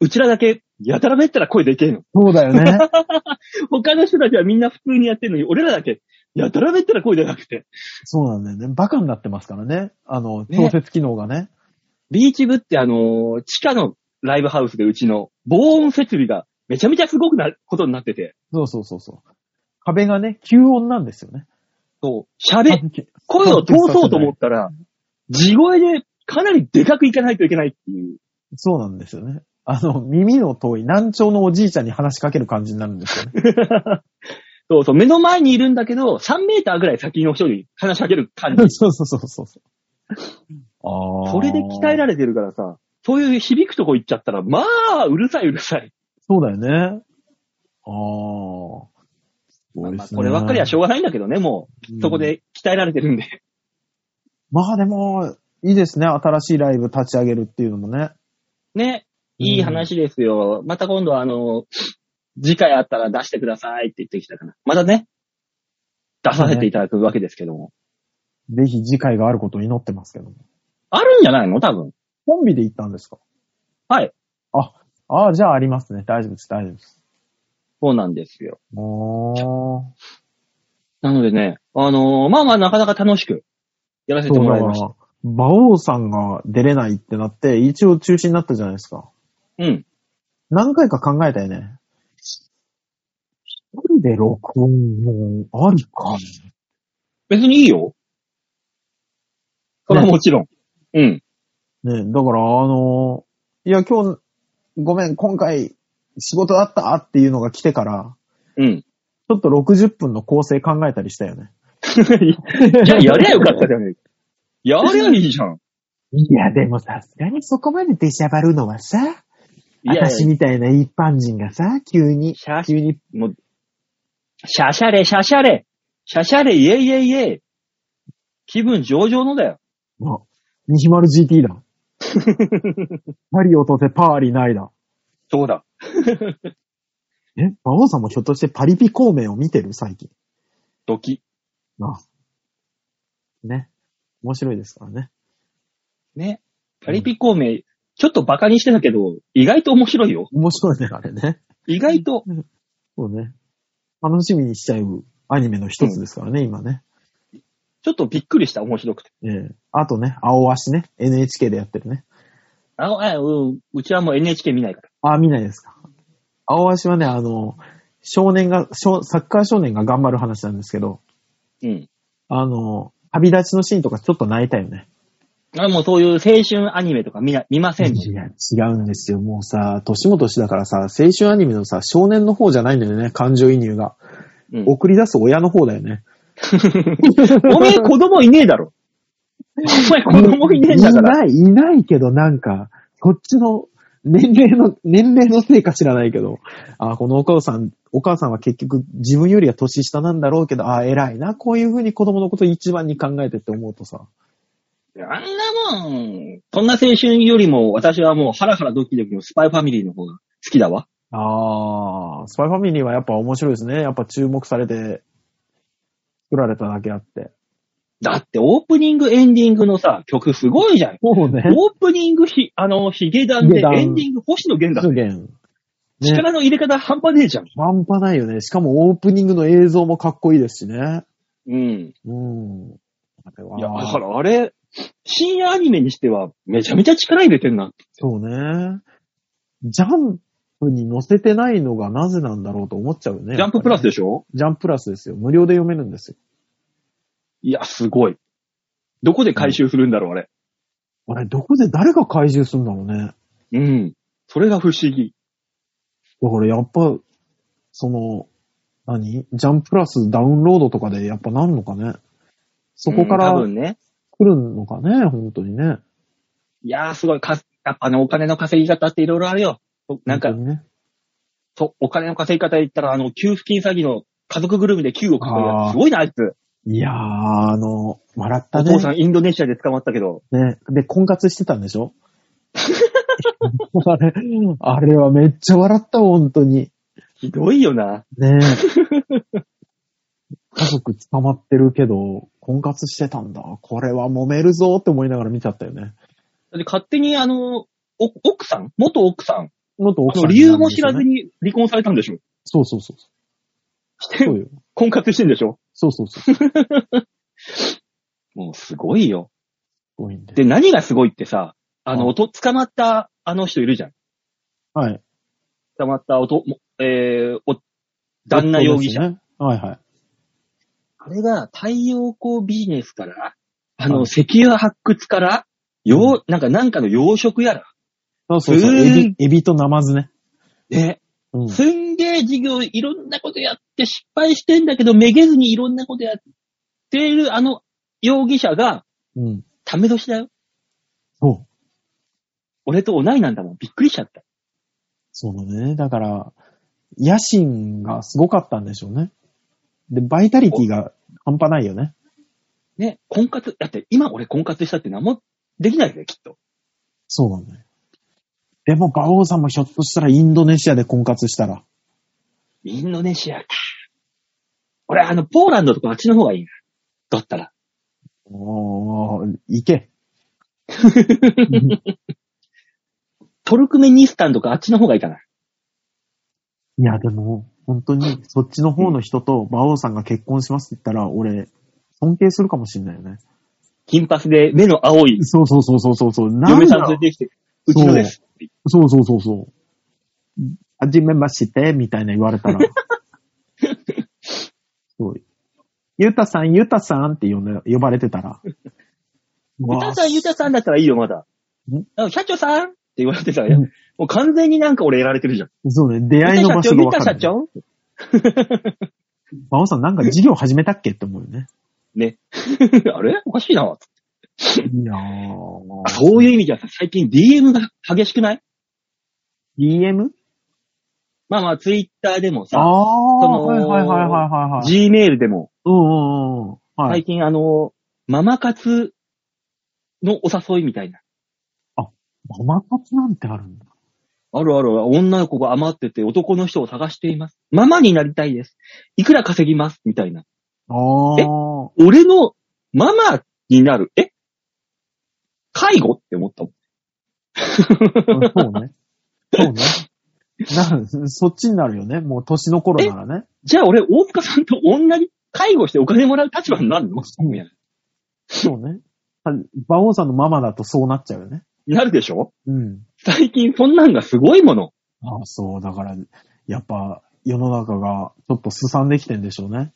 [SPEAKER 2] うちらだけ、やたらめったら声でけえの。
[SPEAKER 3] そうだよね。
[SPEAKER 2] 他の人たちはみんな普通にやってるのに、俺らだけ、やたらめったら声出なくて。
[SPEAKER 3] そうなんだよね。バカになってますからね。あの、
[SPEAKER 2] ね
[SPEAKER 3] 調節機能がね。
[SPEAKER 2] ビーチ部ってあのー地下のライブハウスでうちの防音設備がめちゃめちゃすごくなことになってて。
[SPEAKER 3] そうそうそうそう。壁がね、吸音なんですよね。
[SPEAKER 2] そう、喋、声を通そうと思ったら、地声でかなりでかくいかないといけないっていう。
[SPEAKER 3] そうなんですよね。あの、耳の遠い難聴のおじいちゃんに話しかける感じになるんですよね。
[SPEAKER 2] そうそう、目の前にいるんだけど、3メーターぐらい先の人に話しかける感じ。
[SPEAKER 3] そうそうそうそうそう。ああ。
[SPEAKER 2] それで鍛えら
[SPEAKER 3] れ
[SPEAKER 2] れてるからさ、そういう響くとこ行っちゃったら、まあ、うるさいうるさい。
[SPEAKER 3] そうだよね。ああ。
[SPEAKER 2] まあまあこればっかりはしょうがないんだけどね、も
[SPEAKER 3] うん
[SPEAKER 2] う、そこ。で鍛えられてるんで。
[SPEAKER 3] まあでも、いいですね。新しいライブ立ち上げるっていうのもね。
[SPEAKER 2] ね、いい話ですよ。また今度はあの、次回あったら出してくださいって言ってきたから。またね、出させていただくわけですけども。
[SPEAKER 3] ぜひ次回があることを祈ってますけども。
[SPEAKER 2] あるんじゃないの多分。
[SPEAKER 3] コンビで行ったんですか
[SPEAKER 2] はい。
[SPEAKER 3] あ、ああ、じゃあありますね。大丈夫です、大丈夫です。
[SPEAKER 2] そうなんですよ。
[SPEAKER 3] おー。
[SPEAKER 2] なのでね、あのーまあまあなかなか楽しくやらせてもらいました。
[SPEAKER 3] そうだから馬王さんが出れないってなって、一応中止になったじゃないですか。
[SPEAKER 2] うん。
[SPEAKER 3] 何回か考えたよね。一人で録音もありか。
[SPEAKER 2] 別にいいよ。それはもちろん。うん。
[SPEAKER 3] ね、だからあの、いや今日、ごめん、今回仕事だったっていうのが来てから、
[SPEAKER 2] うん。
[SPEAKER 3] ちょっと60分の構成考えたりしたよね。
[SPEAKER 2] いや、やりゃよかったじゃねえか。やりゃいいじゃん。
[SPEAKER 3] いや、でもさすがにそこまで出しゃばるのはさ、
[SPEAKER 2] いや、
[SPEAKER 3] みたいな一般人がさ、急に
[SPEAKER 2] シャ
[SPEAKER 3] 急に
[SPEAKER 2] もう、シャシャレ、シャシャレ、シャシャレ、イェイイェイイェイ。気分上々のだよ。
[SPEAKER 3] あ、20GT だ。パリをとてパーリないだ。
[SPEAKER 2] そうだ。
[SPEAKER 3] え、馬王さんもひょっとしてパリピ孔明を見てる最近。
[SPEAKER 2] ドキ。
[SPEAKER 3] あね。面白いですからね。
[SPEAKER 2] ね。パリピ孔明、ちょっとバカにしてたけど、意外と面白いよ。
[SPEAKER 3] 面白いね、あれね。
[SPEAKER 2] 意外と。
[SPEAKER 3] そうね。楽しみにしちゃうアニメの一つですからね、今ね。
[SPEAKER 2] ちょっとびっくりした、面白くて。
[SPEAKER 3] ええあとね、青足ね。NHK でやってるね。
[SPEAKER 2] あの、あうんうちはもう NHK 見ないから。
[SPEAKER 3] あ、見ないですか。青足はね、あの、少年が、少サッカー少年が頑張る話なんですけど、
[SPEAKER 2] うん。
[SPEAKER 3] あの、旅立ちのシーンとかちょっと泣いたよね。
[SPEAKER 2] あもうそういう青春アニメとか見な見ませんし。
[SPEAKER 3] いや、違うんですよ。もうさ、年も年だからさ、青春アニメのさ、少年の方じゃないんだよね、感情移入が。
[SPEAKER 2] うん、
[SPEAKER 3] 送り出す親の方だよね。
[SPEAKER 2] おめえ子供いねえだろ。お前子供いねえんだから。
[SPEAKER 3] いない、いないけど、なんか、こっちの、年齢の、年齢のせいか知らないけど、あこのお母さん、お母さんは結局自分よりは年下なんだろうけど、あ偉いな、こういうふうに子供のこと一番に考えてって思うとさ、
[SPEAKER 2] あんなもん、そんな青春よりも私はもうハラハラドキドキのスパイファミリーの方が好きだわ。
[SPEAKER 3] あー、スパイファミリーはやっぱ面白いですね。やっぱ注目されて、作られただけあって。
[SPEAKER 2] だってオープニング、エンディングのさ、曲すごいじゃん。
[SPEAKER 3] そうね
[SPEAKER 2] オープニングひ、あの、ヒゲダン
[SPEAKER 3] ヒ
[SPEAKER 2] で、
[SPEAKER 3] ゲダン
[SPEAKER 2] エンディング星野源だ。
[SPEAKER 3] 発言。ね、
[SPEAKER 2] 力の入れ方半端ねえじゃん。
[SPEAKER 3] 半端ないよね。しかもオープニングの映像もかっこいいですしね。
[SPEAKER 2] うん。
[SPEAKER 3] うん。あれはい
[SPEAKER 2] や、だからあれ、深夜アニメにしてはめちゃめちゃ力入れてんな。
[SPEAKER 3] そうね。ジャンプに載せてないのがなぜなんだろうと思っちゃうよね。
[SPEAKER 2] ジャンププラス
[SPEAKER 3] やっぱ
[SPEAKER 2] でしょ
[SPEAKER 3] りねジャンププラスですよ。無料で読めるんですよ。
[SPEAKER 2] いや、すごい。どこで回収するんだろう、あれ。
[SPEAKER 3] あれ、どこで誰が怪獣するんだろうね。
[SPEAKER 2] うん。それが不思議。
[SPEAKER 3] だからやっぱ、その、何ジャンププラスダウンロードとかでやっぱなんのかね。そこ
[SPEAKER 2] う
[SPEAKER 3] か
[SPEAKER 2] ん
[SPEAKER 3] ら
[SPEAKER 2] 多分ね。
[SPEAKER 3] 来るのかね、本当にね。
[SPEAKER 2] いやー、すごい。かやっぱね、お金の稼ぎ方っていろいろあるよ。なんか
[SPEAKER 3] 本、当にね、
[SPEAKER 2] そう、お金の稼ぎ方で言ったら、あの、給付金詐欺の家族ぐるみで9億稼い
[SPEAKER 3] あー
[SPEAKER 2] だ。すごいな、あいつ。
[SPEAKER 3] いやー、あの、笑った
[SPEAKER 2] お
[SPEAKER 3] ね。
[SPEAKER 2] 父さん、インドネシアで捕まったけど。
[SPEAKER 3] ね。で、婚活してたんでしょ あれ、あれはめっちゃ笑った、本当に。
[SPEAKER 2] ひどいよな。
[SPEAKER 3] ねえ。家族捕まってるけど、婚活してたんだ。これは揉めるぞって思いながら見ちゃったよね。
[SPEAKER 2] だって勝手に、あの、お奥さん元奥さん。
[SPEAKER 3] もっと奥
[SPEAKER 2] あ
[SPEAKER 3] さ
[SPEAKER 2] の
[SPEAKER 3] ん
[SPEAKER 2] 理由も知らず
[SPEAKER 3] に。
[SPEAKER 2] に離婚されたんでしょ
[SPEAKER 3] そうそうそう。
[SPEAKER 2] して
[SPEAKER 3] そうよ。
[SPEAKER 2] 婚活してんでしょ
[SPEAKER 3] そうそうそう。す
[SPEAKER 2] もうすごいよ。
[SPEAKER 3] ごいんで。
[SPEAKER 2] で、何がすごいってさ、あ
[SPEAKER 3] う
[SPEAKER 2] の、
[SPEAKER 3] ん
[SPEAKER 2] おと、捕まったあの人いるじゃん。
[SPEAKER 3] はい。
[SPEAKER 2] 捕まったおと、もえー、お、旦那容疑者
[SPEAKER 3] 夫ですね。はいはい。
[SPEAKER 2] あれが太陽光ビジネスから、あの、
[SPEAKER 3] はい
[SPEAKER 2] 石油発掘から、よう、なんか、なんかの養殖やら。
[SPEAKER 3] そうそうそう。
[SPEAKER 2] うーん
[SPEAKER 3] エビ、エビとナマズね。
[SPEAKER 2] ね。
[SPEAKER 3] うん。
[SPEAKER 2] すんげえ事業、いろんなことやって失敗してんだけど、めげずにいろんなことやっているあの容疑者が、
[SPEAKER 3] うん。
[SPEAKER 2] ため年だよ。
[SPEAKER 3] そう。
[SPEAKER 2] 俺と同いなんだもん。びっくりしちゃった。
[SPEAKER 3] そうなんだよね。だから、野心がすごかったんでしょうね。で、バイタリティが半端ないよね。
[SPEAKER 2] ね。婚活、だって今俺婚活したって何もできないぜ、きっと。
[SPEAKER 3] そうなんだよ。でも、馬王さんもひょっとしたらインドネシアで婚活したら。
[SPEAKER 2] インドネシアか。俺、あの、ポーランドとかあっちの方がいいな。だったら。
[SPEAKER 3] おー、行け。
[SPEAKER 2] トルクメニスタンとかあっちの方がいいかな。
[SPEAKER 3] いや、でも、本当に、そっちの方の人と馬王さんが結婚しますって言ったら、俺、尊敬するかもしんないよね。
[SPEAKER 2] 金髪で目の青い
[SPEAKER 3] そうそうそうそうそうそう。なん
[SPEAKER 2] 嫁
[SPEAKER 3] だ
[SPEAKER 2] さん
[SPEAKER 3] ろ
[SPEAKER 2] 連
[SPEAKER 3] う
[SPEAKER 2] れてきて、うちのです。
[SPEAKER 3] そうそうそうそう。はじめまして、みたいな言われ たら。そう。ゆたさん、ゆたさんって呼んだ呼ばれてたら。
[SPEAKER 2] ゆたさん、ゆ
[SPEAKER 3] た
[SPEAKER 2] たさんだったらいいよ、まだ
[SPEAKER 3] ん。
[SPEAKER 2] あ社長さんって言われてたら、
[SPEAKER 3] うん
[SPEAKER 2] もう完全になんか俺やられてるじゃん。
[SPEAKER 3] そうね、出会いの場所が
[SPEAKER 2] ゆ
[SPEAKER 3] わ
[SPEAKER 2] た
[SPEAKER 3] か
[SPEAKER 2] 社長ゆた社
[SPEAKER 3] る。
[SPEAKER 2] 長
[SPEAKER 3] 馬王さん、なんか事業始めたっけって思うよね。
[SPEAKER 2] ね。あれおかしいな。
[SPEAKER 3] いや
[SPEAKER 2] あそう
[SPEAKER 3] い
[SPEAKER 2] いう
[SPEAKER 3] う。
[SPEAKER 2] 意味じゃさ、最近 DM が激しくない
[SPEAKER 3] DM?
[SPEAKER 2] まあまあ、ツイッターでも
[SPEAKER 3] あ
[SPEAKER 2] さ、
[SPEAKER 3] あ、
[SPEAKER 2] その
[SPEAKER 3] はいはいはいはいはいはい。
[SPEAKER 2] Gmail でも、
[SPEAKER 3] うんうんうん。は
[SPEAKER 2] 最
[SPEAKER 3] い。
[SPEAKER 2] 近あの、ママ活のお誘いみたいな。
[SPEAKER 3] ママ活なんてあるんだ。
[SPEAKER 2] あるある、女の子が余ってて男の人を探しています。ママになりたいです。いくら稼ぎますみたいな。
[SPEAKER 3] ああ。
[SPEAKER 2] 俺のママになる。え介護って思ったもん。
[SPEAKER 3] うんそうね。そうね。な、そっちになるよね。もう年の頃ならね。
[SPEAKER 2] じゃあ俺、大塚さんと女に介護してお金もらう立場になるの
[SPEAKER 3] うんそうね。馬王さんのママだとそうなっちゃうよね。
[SPEAKER 2] なるでしょ
[SPEAKER 3] うん。
[SPEAKER 2] 最近そんなんがすごいもの。
[SPEAKER 3] あそう。だから、やっぱ、世の中がちょっとすさんできてんでしょうね。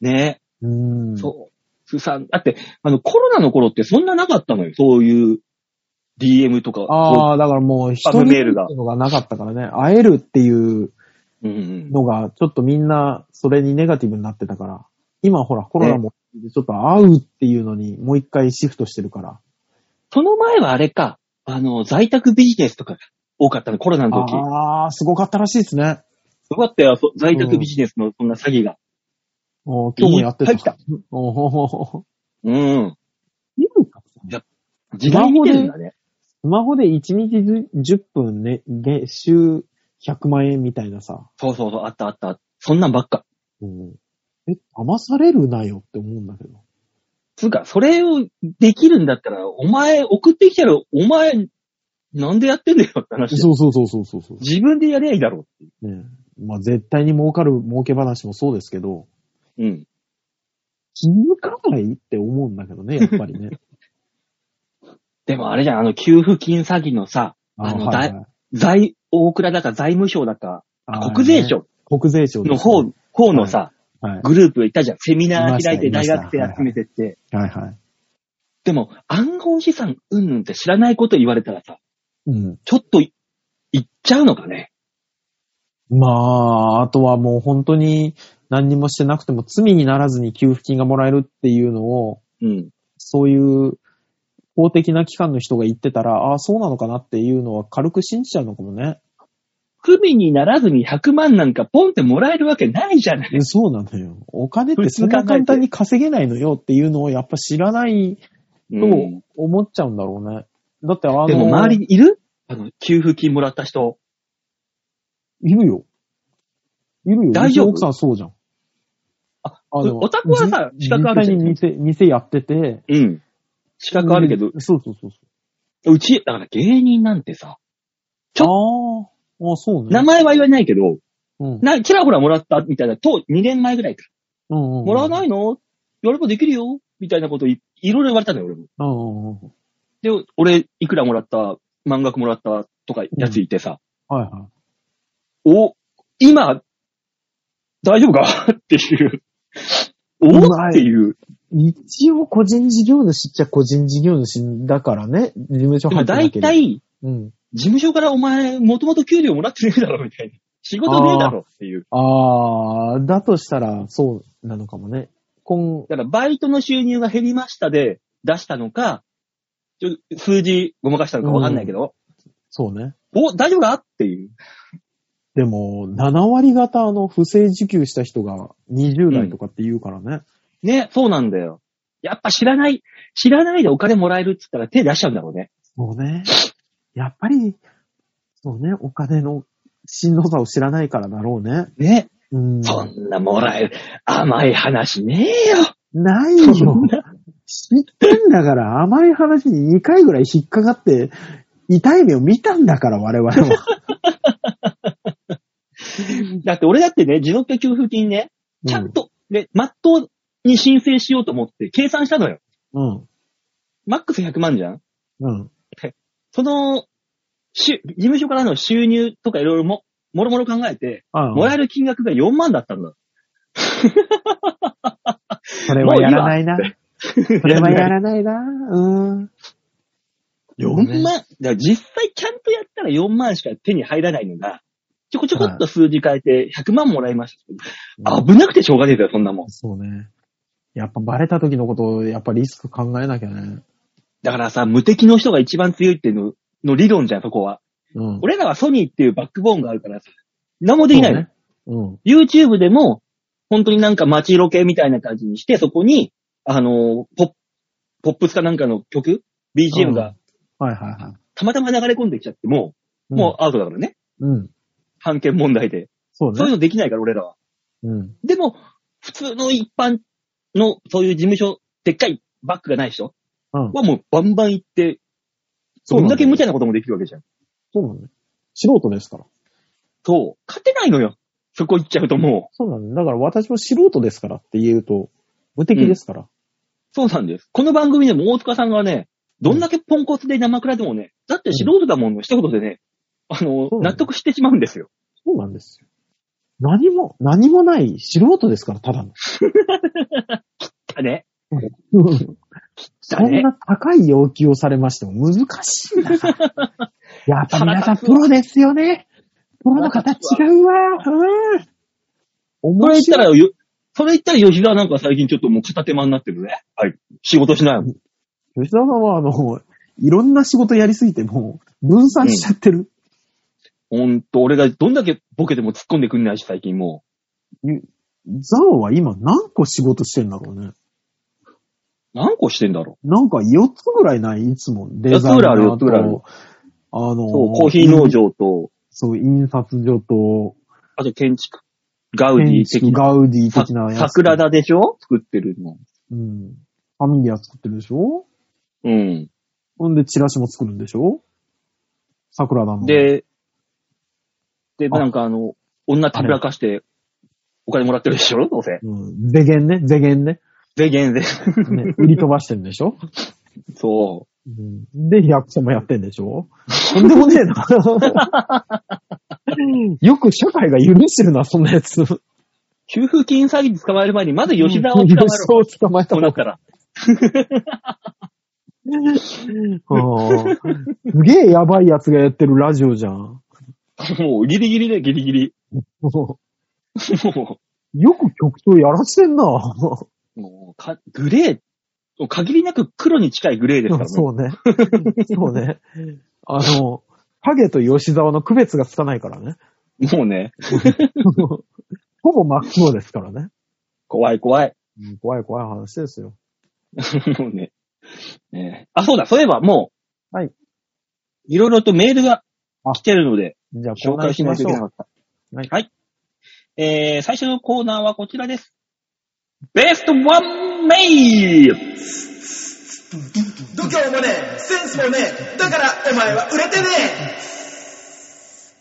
[SPEAKER 2] ね
[SPEAKER 3] うーん。
[SPEAKER 2] そう。すさん、だって、あの、コロナの頃ってそんななかったのよ。そういう DM とか。
[SPEAKER 3] ああ、だからもう
[SPEAKER 2] スパ
[SPEAKER 3] 人
[SPEAKER 2] ム
[SPEAKER 3] に
[SPEAKER 2] メールが
[SPEAKER 3] 会うのがなかったからね。会えるっていう
[SPEAKER 2] うんうん。
[SPEAKER 3] のが、ちょっとみんなそれにネガティブになってたから。今ほら、コロナも、ちょっと会うっていうのにもう一回シフトしてるから。
[SPEAKER 2] その前はあれか、あの、在宅ビジネスとかが多かったの、コロナの時。
[SPEAKER 3] ああ、すごかったらしいですね。
[SPEAKER 2] そうだったよ、そ在宅ビジネスのそんな詐欺が。
[SPEAKER 3] おー今日もやってた。
[SPEAKER 2] いっぱい来た
[SPEAKER 3] おほほ ほ
[SPEAKER 2] うん。時
[SPEAKER 3] ス
[SPEAKER 2] 代
[SPEAKER 3] マ
[SPEAKER 2] 見
[SPEAKER 3] ホ
[SPEAKER 2] て
[SPEAKER 3] で、
[SPEAKER 2] るんだね。
[SPEAKER 3] スマホで1日10分ね、月収100万円みたいなさ。
[SPEAKER 2] そうそうそう、あったあった。そんなんばっか。
[SPEAKER 3] うんえ、騙されるなよって思うんだけど。
[SPEAKER 2] つうか、それをできるんだったら、お前、送ってきたら、お前、なんでやってんだよって話だよ
[SPEAKER 3] そうそうそうそうそうそ
[SPEAKER 2] 自分でやりゃいいだろ
[SPEAKER 3] う。ねまあ絶対に儲かる儲け話もそうですけど、
[SPEAKER 2] う。うん。
[SPEAKER 3] 気づかないって思うんだけどね、やっぱり ね。
[SPEAKER 2] でもあれじゃん、あの、給付金詐欺のさ、あのだい
[SPEAKER 3] はい
[SPEAKER 2] 財、大倉だか財務省だか、
[SPEAKER 3] あー
[SPEAKER 2] 国税庁
[SPEAKER 3] 国税庁
[SPEAKER 2] の
[SPEAKER 3] です
[SPEAKER 2] 方
[SPEAKER 3] ね、
[SPEAKER 2] 方のさ、
[SPEAKER 3] はい。
[SPEAKER 2] グループいたじゃん。セミナー開いて
[SPEAKER 3] いま
[SPEAKER 2] 大
[SPEAKER 3] した
[SPEAKER 2] 学生集めてって。
[SPEAKER 3] はいはい。
[SPEAKER 2] でも、暗号資産うんぬんって知らないこと言われたらさ、
[SPEAKER 3] うん。
[SPEAKER 2] ちょっとい、言っちゃうのかね。
[SPEAKER 3] まあ、あとはもう本当に何にもしてなくても罪にならずに給付金がもらえるっていうのを、
[SPEAKER 2] うん。
[SPEAKER 3] そういう公的な機関の人が言ってたら、ああ、そうなのかなっていうのは軽く信じちゃうのかもね。
[SPEAKER 2] 組にならずに100万なんかポンってもらえるわけないじゃない。
[SPEAKER 3] えそうなのよ。お金っ
[SPEAKER 2] 普
[SPEAKER 3] て
[SPEAKER 2] 通考え
[SPEAKER 3] そん
[SPEAKER 2] て
[SPEAKER 3] な簡単に稼げないのよっていうのをやっぱ知らないと
[SPEAKER 2] うん
[SPEAKER 3] 思っちゃうんだろうね。だってあの、
[SPEAKER 2] でも周りにいるあの、給付金もらった人。
[SPEAKER 3] いるよ。いるよ。
[SPEAKER 2] 大丈夫
[SPEAKER 3] うちの奥さんそうじゃん。
[SPEAKER 2] あ、
[SPEAKER 3] あでも
[SPEAKER 2] お宅はさ
[SPEAKER 3] じ
[SPEAKER 2] 資格あるじゃん
[SPEAKER 3] 実際に店、店やってて。
[SPEAKER 2] うん。資格あるけど、
[SPEAKER 3] うんそうそうそうそう。
[SPEAKER 2] うち、だから芸人なんてさ、ち
[SPEAKER 3] ああ、あそうね。
[SPEAKER 2] 名前は言わないけど、
[SPEAKER 3] うん、
[SPEAKER 2] な、ちらほらもらったみたいな、と、2年前ぐらいか。
[SPEAKER 3] うんうん、
[SPEAKER 2] もらわないいのやればできるよみたいなことい、いろいろ言われたのよ、俺も。
[SPEAKER 3] うんうんうん。
[SPEAKER 2] で、俺、いくらもらった、満額もらったとか、やついてさ、
[SPEAKER 3] はいはい。
[SPEAKER 2] お、今、大丈夫かっていう。お
[SPEAKER 3] うま
[SPEAKER 2] っ
[SPEAKER 3] い
[SPEAKER 2] ていう。
[SPEAKER 3] 一応個人事業主っちゃ個人事業主だからね、事務所
[SPEAKER 2] でも
[SPEAKER 3] 入ってな
[SPEAKER 2] 大
[SPEAKER 3] ければ。
[SPEAKER 2] 体、
[SPEAKER 3] うん。
[SPEAKER 2] 事務所からお前、もともと給料もらってねえだろ、み たいな。仕事ねえだろっていう。
[SPEAKER 3] あー、だとしたら、そうなのかもね。今、
[SPEAKER 2] だから、バイトの収入が減りましたで出したのか、ちょ数字ごまかしたのかわかんないけど、
[SPEAKER 3] そうね。
[SPEAKER 2] お、大丈夫かっていう。
[SPEAKER 3] でも、7割方の不正受給した人が20代とかって言うからね。
[SPEAKER 2] ね、そうなんだよ。やっぱ知らない、知らないでお金もらえるって言ったら手出しちゃうんだろうね。
[SPEAKER 3] そうね。やっぱり、そうね、お金のしんどさを知らないからだろうね。
[SPEAKER 2] ね。
[SPEAKER 3] うん。
[SPEAKER 2] そんなもらえる、甘い話ねえよ。
[SPEAKER 3] ないよ。 知ってんだから、甘い話に2回ぐらい引っかかって、痛い目を見たんだから、我々は。
[SPEAKER 2] だって俺だってね、持続化給付金ね、ちゃんと、で、まっとうに申請しようと思って計算したのよ。
[SPEAKER 3] うん。
[SPEAKER 2] マックス100万じゃん
[SPEAKER 3] うん。
[SPEAKER 2] その、しゅ事務所からの収入とかいろいろも、もろもろ考えて、
[SPEAKER 3] うん。
[SPEAKER 2] もらえる金額が4万だったんだ。
[SPEAKER 3] それはや らないな。それはやらないな。うん。
[SPEAKER 2] 4万、だから実際ちゃんとやったら4万しか手に入らないのが、ちょこちょこっと数字変えて100万もらいましたけど。危なくてしょうがねえだよ、そんなもん。
[SPEAKER 3] そうね。やっぱバレた時のことを、やっぱリスク考えなきゃね。
[SPEAKER 2] だからさ、無敵の人が一番強いっていうのの理論じゃん、そこは。
[SPEAKER 3] うん。
[SPEAKER 2] 俺らはソニーっていうバックボーンがあるから、何もできないの、
[SPEAKER 3] うん。
[SPEAKER 2] YouTube でも、本当になんか街ロケみたいな感じにして、そこに、あのーポップ、ポップスかなんかの曲 ?BGM
[SPEAKER 3] う
[SPEAKER 2] が
[SPEAKER 3] んはいはいはい。
[SPEAKER 2] たまたま流れ込んできちゃっても、もうアウトだからね。
[SPEAKER 3] うん。うん。
[SPEAKER 2] 判権問題で。
[SPEAKER 3] そう
[SPEAKER 2] そういう
[SPEAKER 3] ね。
[SPEAKER 2] のできないから、俺らは。
[SPEAKER 3] うん。
[SPEAKER 2] でも、普通の一般の、そういう事務所、でっかいバックがない人
[SPEAKER 3] うん。
[SPEAKER 2] はもうバンバン行って、
[SPEAKER 3] そ
[SPEAKER 2] ど
[SPEAKER 3] うなん
[SPEAKER 2] ん
[SPEAKER 3] だ
[SPEAKER 2] だ
[SPEAKER 3] よ
[SPEAKER 2] け無茶なこともできるわけじゃん。
[SPEAKER 3] そうなのね。素人ですから。
[SPEAKER 2] そう。勝てないのよ。そこ行っちゃうともう。
[SPEAKER 3] そうなのね。だから私も素人ですからって言うと、無敵ですから。
[SPEAKER 2] そうなんです。この番組でも大塚さんがね、どんだけポンコツで生クラでもね、だって素人だもんの一言でね、あの、
[SPEAKER 3] そう
[SPEAKER 2] 納得してしまうんですよ。
[SPEAKER 3] そうなんですよ。何も、何もない素人ですから、ただの。
[SPEAKER 2] だね。
[SPEAKER 3] そんな高い要求をされましても難しいな。 やっぱ皆さんプロですよね。プロの方違うわ。うん。
[SPEAKER 2] そ
[SPEAKER 3] 思
[SPEAKER 2] れ
[SPEAKER 3] い
[SPEAKER 2] 言ったらよ、それ言ったら吉田なんか最近ちょっともう片手間になってるね。はい。仕事しないもん。
[SPEAKER 3] 吉田さんは、あの、いろんな仕事やりすぎて、もう、分散しちゃってる。
[SPEAKER 2] ほんと、俺がどんだけボケても突っ込んでくんないし、最近も
[SPEAKER 3] ザオは今何個仕事してんだろうね。
[SPEAKER 2] う。何個してんだろ
[SPEAKER 3] なんか4つぐらいないいつも。デザイナ
[SPEAKER 2] 四つぐ
[SPEAKER 3] ーと
[SPEAKER 2] らいある四つぐらいある
[SPEAKER 3] あの、
[SPEAKER 2] う。そう、コーヒー農。場と、
[SPEAKER 3] そう、印刷所と、
[SPEAKER 2] あと建築、ガウデ
[SPEAKER 3] 建
[SPEAKER 2] ィ
[SPEAKER 3] 築
[SPEAKER 2] 的な。
[SPEAKER 3] ガウディ
[SPEAKER 2] さ
[SPEAKER 3] 的なやつ。
[SPEAKER 2] 桜田でしょ作ってるの。
[SPEAKER 3] うん。ファミリア作ってるでしょ
[SPEAKER 2] うん。
[SPEAKER 3] ほんで、チラシも作るんでしょ桜田の。、
[SPEAKER 2] で、で、
[SPEAKER 3] あ
[SPEAKER 2] なんかあの、女たぶらかして、お金もらってるでし ょどうせ。
[SPEAKER 3] うん。税源ね、税源ね。
[SPEAKER 2] 税源で。
[SPEAKER 3] ね売り飛ばしてるんでしょ、
[SPEAKER 2] そ
[SPEAKER 3] うん、で、役所もやってんで しょとんでもねえな。よく社会が許してるな、そんなやつ。
[SPEAKER 2] う。給付金詐欺に捕まえる前に、まず吉沢を捕まえろ。
[SPEAKER 3] 吉沢を捕まえた
[SPEAKER 2] そう
[SPEAKER 3] も
[SPEAKER 2] なっ
[SPEAKER 3] ん。
[SPEAKER 2] たら。
[SPEAKER 3] うんすげえやばいやつがやってるラジオじゃん。
[SPEAKER 2] もう、ギリギリでギリギリ。
[SPEAKER 3] も
[SPEAKER 2] も
[SPEAKER 3] うよく局長やらせてんな。
[SPEAKER 2] う、もうか、グレー、もう限りなく黒に近いグレーですからね。
[SPEAKER 3] そうね。そうね。あの、ハゲと吉沢の区別がつかないからね。
[SPEAKER 2] もうね、
[SPEAKER 3] ほぼ真っ黒ですからね。
[SPEAKER 2] 怖い怖い。
[SPEAKER 3] 怖い怖い話ですよ。
[SPEAKER 2] もうね。ねあ、そうだ、そういえばもう、
[SPEAKER 3] はい。
[SPEAKER 2] いろいろとメールが来てるので、
[SPEAKER 3] じゃあ、
[SPEAKER 2] 紹介しましょう。
[SPEAKER 3] はい
[SPEAKER 2] はい。えー、最初のコーナーはこちらです。ベストワンメイル
[SPEAKER 1] 度胸もねえ、センスもねえ、だからお前は売れてねえ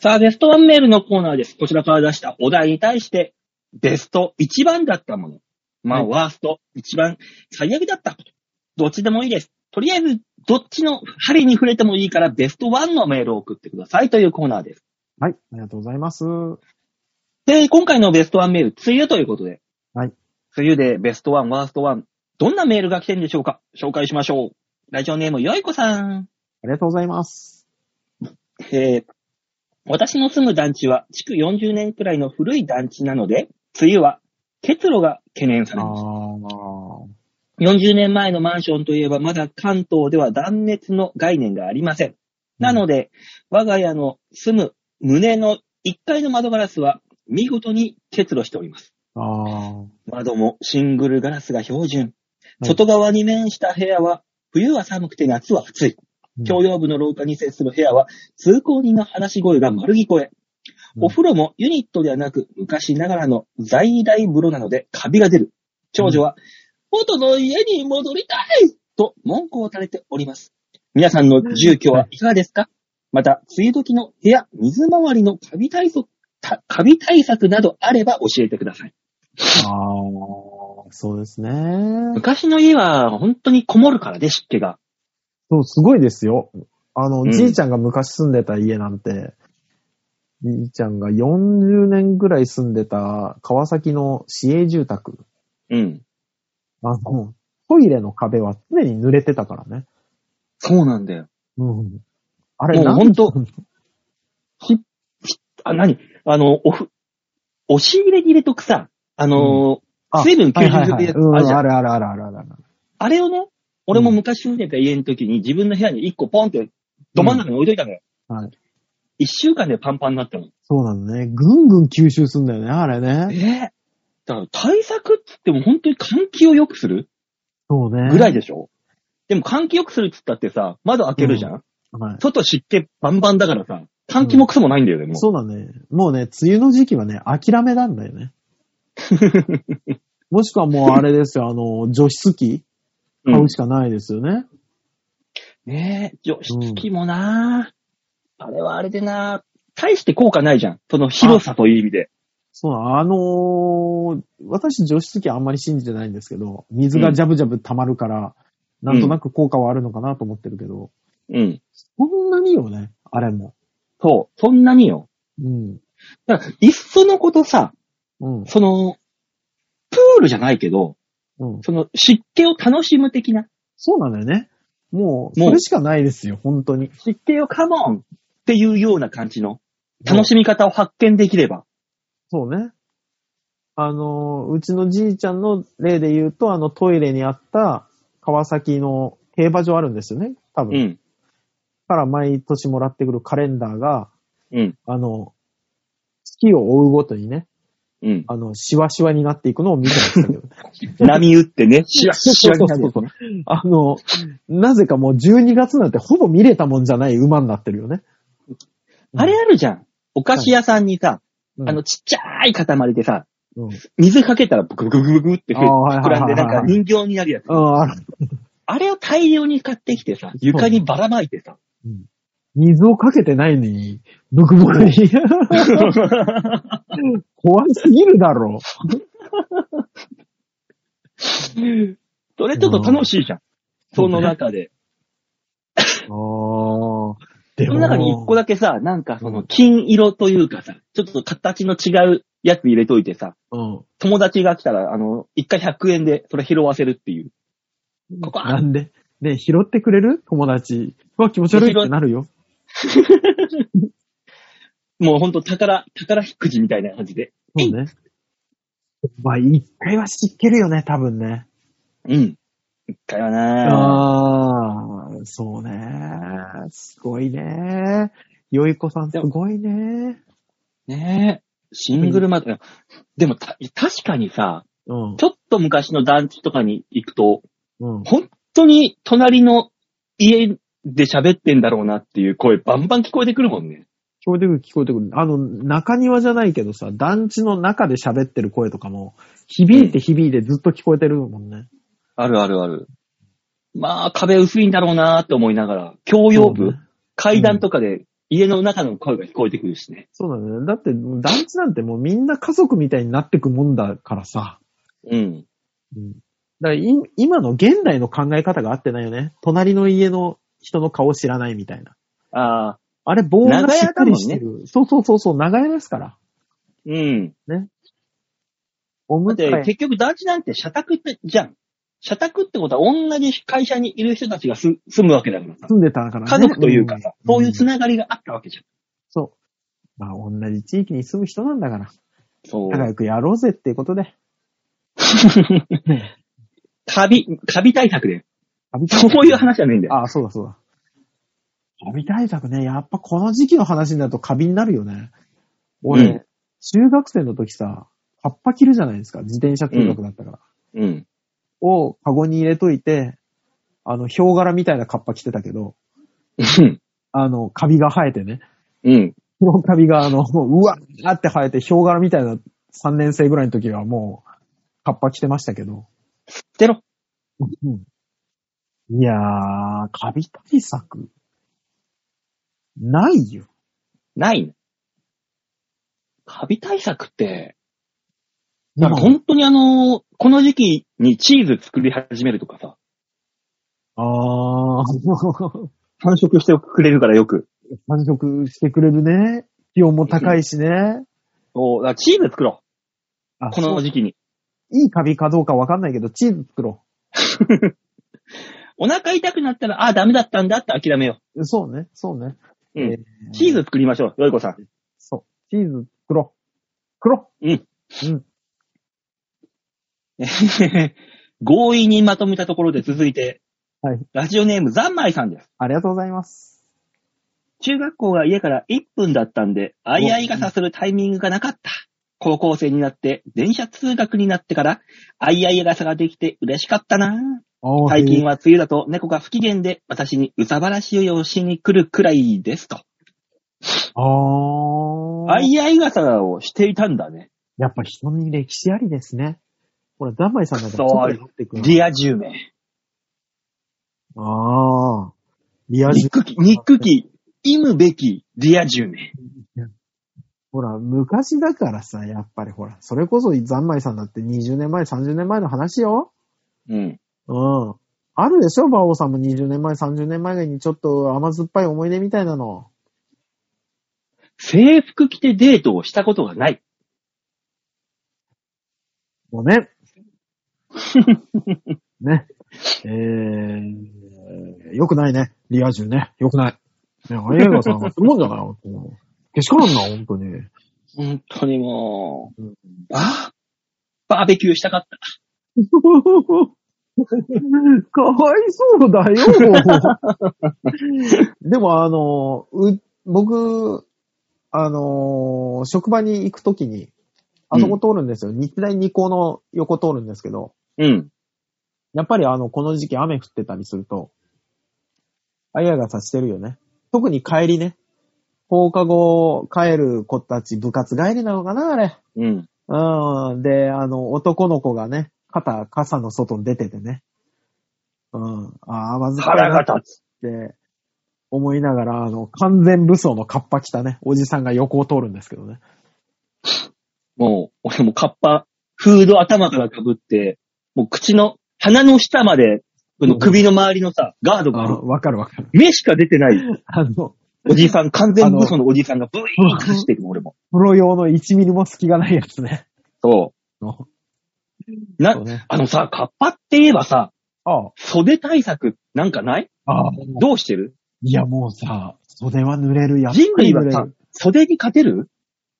[SPEAKER 2] さあ、ベストワンメールのコーナーです。こちらから出したお題に対して、ベスト一番だったもの。まあ、
[SPEAKER 3] はい
[SPEAKER 2] ワースト、一番最悪だったこと。どっちでもいいです。とりあえず、どっちの針に触れてもいいから、ベストワンのメールを送ってくださいというコーナーです。
[SPEAKER 3] はい、ありがとうございます。
[SPEAKER 2] で、今回のベストワンメール、梅雨ということで。
[SPEAKER 3] はい。
[SPEAKER 2] 梅雨でベストワン、ワーストワン、どんなメールが来てるんでしょうか紹介しましょう。ラジオネーム、よいこさん。
[SPEAKER 3] ありがとうございます。
[SPEAKER 2] えー私の住む団地は築40年くらいの古い団地なので、梅雨は結露が懸念さ
[SPEAKER 3] あ
[SPEAKER 2] れます。
[SPEAKER 3] ー
[SPEAKER 2] 40年前のマンションといえばまだ関東では断熱の概念がありません。なので、我が家の住む胸の1階の窓ガラスは見事に結露しております。
[SPEAKER 3] あー。
[SPEAKER 2] 窓もシングルガラスが標準。
[SPEAKER 3] うん
[SPEAKER 2] 外側に面した部屋は、冬は寒くて夏は暑い。
[SPEAKER 3] うん
[SPEAKER 2] 共用部の廊下に接する部屋は、通行人の話し声が丸聞こえ。
[SPEAKER 3] うん
[SPEAKER 2] お風呂もユニットではなく、昔ながらの在来風呂なので、カビが出る。長女は、元の家に戻りたいと文句を垂れております。皆さんの住居はいかがですかまた、梅雨時の部屋、水回りのカビ対策、たカビ対策などあれば教えてください。
[SPEAKER 3] あーそうですね。
[SPEAKER 2] 昔の家は本当にこもるからで、湿気が。
[SPEAKER 3] そう、すごいですよ。あの、
[SPEAKER 2] うん
[SPEAKER 3] じいちゃんが昔住んでた家なんて、じいちゃんが40年ぐらい住んでた川崎の市営住宅。
[SPEAKER 2] うん。
[SPEAKER 3] あの、トイレの壁は常に濡れてたからね。
[SPEAKER 2] そうなんだよ。
[SPEAKER 3] うん。あれ、
[SPEAKER 2] もう
[SPEAKER 3] な
[SPEAKER 2] 本
[SPEAKER 3] ん
[SPEAKER 2] 当、ひ、ひ、あ、何あの、おふ、押し入れ切れとくさ、あのー
[SPEAKER 3] あ
[SPEAKER 2] 水分吸
[SPEAKER 3] はい
[SPEAKER 2] 収
[SPEAKER 3] はい
[SPEAKER 2] す
[SPEAKER 3] はい
[SPEAKER 2] るやつ
[SPEAKER 3] うん、
[SPEAKER 2] あるじゃん。
[SPEAKER 3] あるあるあるあるあるある。
[SPEAKER 2] あれをね、俺も昔住んでた家の時に自分の部屋に一個ポンってど真ん中に置いといたのよ。
[SPEAKER 3] うんはい。
[SPEAKER 2] 一週間でパンパンになったの。
[SPEAKER 3] そうなのね。ぐんぐん吸収すんだよね、あれ
[SPEAKER 2] ええ
[SPEAKER 3] ね。
[SPEAKER 2] だから対策っつっても本当に換気を良くする
[SPEAKER 3] そうね。
[SPEAKER 2] ぐらいでしょ、でも換気良くするっつったってさ、窓開けるじゃん
[SPEAKER 3] はい。
[SPEAKER 2] 外湿気バンバンだからさ、換気もクソもないんだよね、もう。
[SPEAKER 3] そうだね。もうね、梅雨の時期はね、諦めなんだよ ね。もしくはもうあれですよ、あの、除湿機
[SPEAKER 2] うん
[SPEAKER 3] 買うしかないですよね。
[SPEAKER 2] ねえ、除湿機もなああれはあれでな大して効果ないじゃん。その広さという意味で。
[SPEAKER 3] そうなの、あのー私除湿機あんまり信じてないんですけど、水がジャブジャブ溜まるから、なんとなく効果はあるのかなと思ってるけど、
[SPEAKER 2] うん。
[SPEAKER 3] そんなによね、あれも。
[SPEAKER 2] そう。そんなによ。
[SPEAKER 3] うん。
[SPEAKER 2] だから、いっそのことさ、
[SPEAKER 3] うん。
[SPEAKER 2] その、プールじゃないけど、
[SPEAKER 3] うん。
[SPEAKER 2] その湿気を楽しむ的な、
[SPEAKER 3] そうなんだよね。もう、
[SPEAKER 2] もう
[SPEAKER 3] それしかないですよ、本当に。
[SPEAKER 2] 湿気をカモンっていうような感じの、楽しみ方を発見できれば。
[SPEAKER 3] そうね。あの、うちのじいちゃんの例で言うと、あのトイレにあった川崎の競馬場あるんですよね。多
[SPEAKER 2] う
[SPEAKER 3] 分。
[SPEAKER 2] ん。
[SPEAKER 3] から毎年もらってくるカレンダーが、
[SPEAKER 2] うん。
[SPEAKER 3] あの、月を追うごとにね、
[SPEAKER 2] うん。
[SPEAKER 3] あの、シワシワになっていくのを見てましたけど。
[SPEAKER 2] 波打ってね、シワッシワになる
[SPEAKER 3] そうそうそうそうあの、なぜかもう12月なんてほぼ見れたもんじゃない馬になってるよね。
[SPEAKER 2] あれあるじゃん。お菓子屋さんにさ、
[SPEAKER 3] うん
[SPEAKER 2] あの、ちっちゃい塊でさ、
[SPEAKER 3] うん。
[SPEAKER 2] 水かけたらブクブクブクブクって
[SPEAKER 3] あーはいはい
[SPEAKER 2] 膨らんで、なんか人形になるやつ。
[SPEAKER 3] ああ、
[SPEAKER 2] あれを大量に買ってきてさ、床にばらまいて さ。
[SPEAKER 3] 水をかけてないのに、ブクブクに。 怖すぎるだろ。
[SPEAKER 2] それちょっと楽しいじゃん。その中で。
[SPEAKER 3] ああ。で
[SPEAKER 2] その中に一個だけさ、なんかその金色というかさ、ちょっと形の違うやつ入れといてさ、
[SPEAKER 3] うん。
[SPEAKER 2] 友達が来たら、あの、一回100円でそれ拾わせるっていう。ここ
[SPEAKER 3] なんでね拾ってくれる友達。うわ、気持ち悪いってなるよ。
[SPEAKER 2] もうほんと宝、宝ひっくじみたいな感じで。拾
[SPEAKER 3] そうね。まあ、一回は知ってるよね、多分ね。
[SPEAKER 2] うん。一回はな
[SPEAKER 3] ああ、そうね。すごいね。よいこさんすごいね。
[SPEAKER 2] ねえ。シングルマーク。でもた、確かにさ、
[SPEAKER 3] うん。
[SPEAKER 2] ちょっと昔の団地とかに行くと、
[SPEAKER 3] うん。
[SPEAKER 2] 本当に隣の家で喋ってんだろうなっていう声バンバン聞こえてくるもんね。
[SPEAKER 3] 聞こえてくる、聞こえてくる。あの、中庭じゃないけどさ、団地の中で喋ってる声とかも、響いて響いてずっと聞こえてるもんね。
[SPEAKER 2] あるあるある。まあ、壁薄いんだろうなって思いながら、共用部、
[SPEAKER 3] そうね
[SPEAKER 2] 階段とかで家の中の声が聞こえてくるしね。
[SPEAKER 3] そうだね。だって、団地なんてもうみんな家族みたいになってくもんだからさ。
[SPEAKER 2] うん。
[SPEAKER 3] うん。だからい、今の現代の考え方が合ってないよね。隣の家の人の顔知らないみたいな。
[SPEAKER 2] ああ、
[SPEAKER 3] あれ、棒が
[SPEAKER 2] 長
[SPEAKER 3] し
[SPEAKER 2] 屋
[SPEAKER 3] っかりして
[SPEAKER 2] だ
[SPEAKER 3] る。そうそうそうそう、長屋ですから。
[SPEAKER 2] うん。
[SPEAKER 3] ね。お
[SPEAKER 2] だ
[SPEAKER 3] む
[SPEAKER 2] っ
[SPEAKER 3] つ
[SPEAKER 2] て
[SPEAKER 3] 替え。
[SPEAKER 2] 結局団地なんて社宅って、じゃん。社宅ってことは同じ会社にいる人たちがす住むわけだからさ。
[SPEAKER 3] 住んでたからね。
[SPEAKER 2] 家族というかさ、
[SPEAKER 3] ん
[SPEAKER 2] そういうつながりがあったわけじゃん。
[SPEAKER 3] そう。まあ、同じ地域に住む人なんだから、
[SPEAKER 2] そう。
[SPEAKER 3] 仲良くやろうぜっていうことで。
[SPEAKER 2] カビ、カビ対策で。
[SPEAKER 3] 旅対
[SPEAKER 2] そ
[SPEAKER 3] 策
[SPEAKER 2] ういう話じゃないんだよ。
[SPEAKER 3] ああ、そうだそうだ。カビ対策ね、やっぱこの時期の話になるとカビになるよね。俺、
[SPEAKER 2] うん
[SPEAKER 3] 中学生の時さ、葉っぱ切るじゃないですか。自転車通学だったから。
[SPEAKER 2] うん。
[SPEAKER 3] をカゴに入れといて、あの、ヒョウ柄みたいなカッパ着てたけど、
[SPEAKER 2] うん。
[SPEAKER 3] あの、カビが生えてね。
[SPEAKER 2] うん。
[SPEAKER 3] ヒョウカビがあの、うわーって生えて、ヒョウ柄みたいな3年生ぐらいの時はもう、カッパ着てましたけど。
[SPEAKER 2] てろ。
[SPEAKER 3] いやー、カビ対策、ないよ。
[SPEAKER 2] ないの。カビ対策って、
[SPEAKER 3] な
[SPEAKER 2] だから本当にあの、この時期にチーズ作り始めるとかさ、
[SPEAKER 3] あー、
[SPEAKER 2] 繁殖してくれるからよく。
[SPEAKER 3] 繁殖してくれるね。気温も高いしね。
[SPEAKER 2] そう、だからチーズ作ろ
[SPEAKER 3] あ
[SPEAKER 2] う。この
[SPEAKER 3] そう
[SPEAKER 2] 時期に。
[SPEAKER 3] いいカビかどうかわかんないけど、チーズ作ろ
[SPEAKER 2] お腹痛くなったら、ああ、ダメだったんだって諦めよ
[SPEAKER 3] う。そうね、そうね。
[SPEAKER 2] う。うん。
[SPEAKER 3] えー
[SPEAKER 2] チーズ作りましょう、よいこさん。
[SPEAKER 3] そう。チーズ作ろう。作ろ
[SPEAKER 2] うん。
[SPEAKER 3] うん。
[SPEAKER 2] 強引にまとめたところで続いて、
[SPEAKER 3] はい
[SPEAKER 2] ラジオネーム、ざんまいさんです。
[SPEAKER 3] ありがとうございます。
[SPEAKER 2] 中学校が家から1分だったんで、あいあい傘するタイミングがなかった。高校生になって、電車通学になってから、あいあい傘ができて嬉しかったな
[SPEAKER 3] あ
[SPEAKER 2] 最近は
[SPEAKER 3] は。
[SPEAKER 2] 梅雨だと猫が不機嫌で私にうさばらしをしに来るくらいですと。
[SPEAKER 3] あー。
[SPEAKER 2] あいあい傘をしていたんだね。
[SPEAKER 3] やっぱ人に歴史ありですね。ほら、ダンマイさんなんか
[SPEAKER 2] そう
[SPEAKER 3] ちょっと寄ってくる
[SPEAKER 2] ディア10名。
[SPEAKER 3] あー。リア充
[SPEAKER 2] 憎き、憎き、忌むべきディア10名。
[SPEAKER 3] ほら、昔だからさ、やっぱりほら、それこそざんまいさんだって20年前、30年前の話よ。
[SPEAKER 2] うん。
[SPEAKER 3] うん。あるでしょ馬王さんも20年前、30年前にちょっと甘酸っぱい思い出みたいなの。
[SPEAKER 2] 制服着てデートをしたことがない。
[SPEAKER 3] ご めん。ね。えー、よくないね。リア充ね。よくない。ね、あやがさんはすごいんじゃないけしからんな、本当に。
[SPEAKER 2] 本当にも
[SPEAKER 3] う、
[SPEAKER 2] うんバー、バーベキューしたかった。
[SPEAKER 3] かわいそうだよ。 でもあの、う、僕、あの、職場に行くときに、あそこ通るんですよ。日大二高の横通るんですけど、
[SPEAKER 2] うん。
[SPEAKER 3] やっぱりあの、この時期雨降ってたりすると、あやがさしてるよね。特に帰りね。放課後帰る子たち部活帰りなのかな、あれ。
[SPEAKER 2] うん。
[SPEAKER 3] うん。で、あの、男の子がね、肩、傘の外に出ててね。うん。ああ、まず
[SPEAKER 2] 腹が立つ。
[SPEAKER 3] って思いながら、あの、完全武装のカッパ着たね、おじさんが横を通るんですけどね。
[SPEAKER 2] もう、俺もカッパ、フード頭から被って、もう口の、鼻の下まで、この首の周りのさ、ガードがあ
[SPEAKER 3] あ
[SPEAKER 2] る。
[SPEAKER 3] わかるわかる。
[SPEAKER 2] 目しか出てない
[SPEAKER 3] あの、
[SPEAKER 2] おじさん、完全武装のおじさんがブイーンって走っていくの、俺も。
[SPEAKER 3] プロ用の1ミリも隙がないやつね。
[SPEAKER 2] そ
[SPEAKER 3] の
[SPEAKER 2] う。な
[SPEAKER 3] そう、ね
[SPEAKER 2] あのさ、カッパって言えばさ、
[SPEAKER 3] ああ、
[SPEAKER 2] 袖対策なんかない
[SPEAKER 3] ああ。
[SPEAKER 2] どうしてる
[SPEAKER 3] いや、もうさ、袖は濡れるやつ。
[SPEAKER 2] 人類はさ、袖に勝てる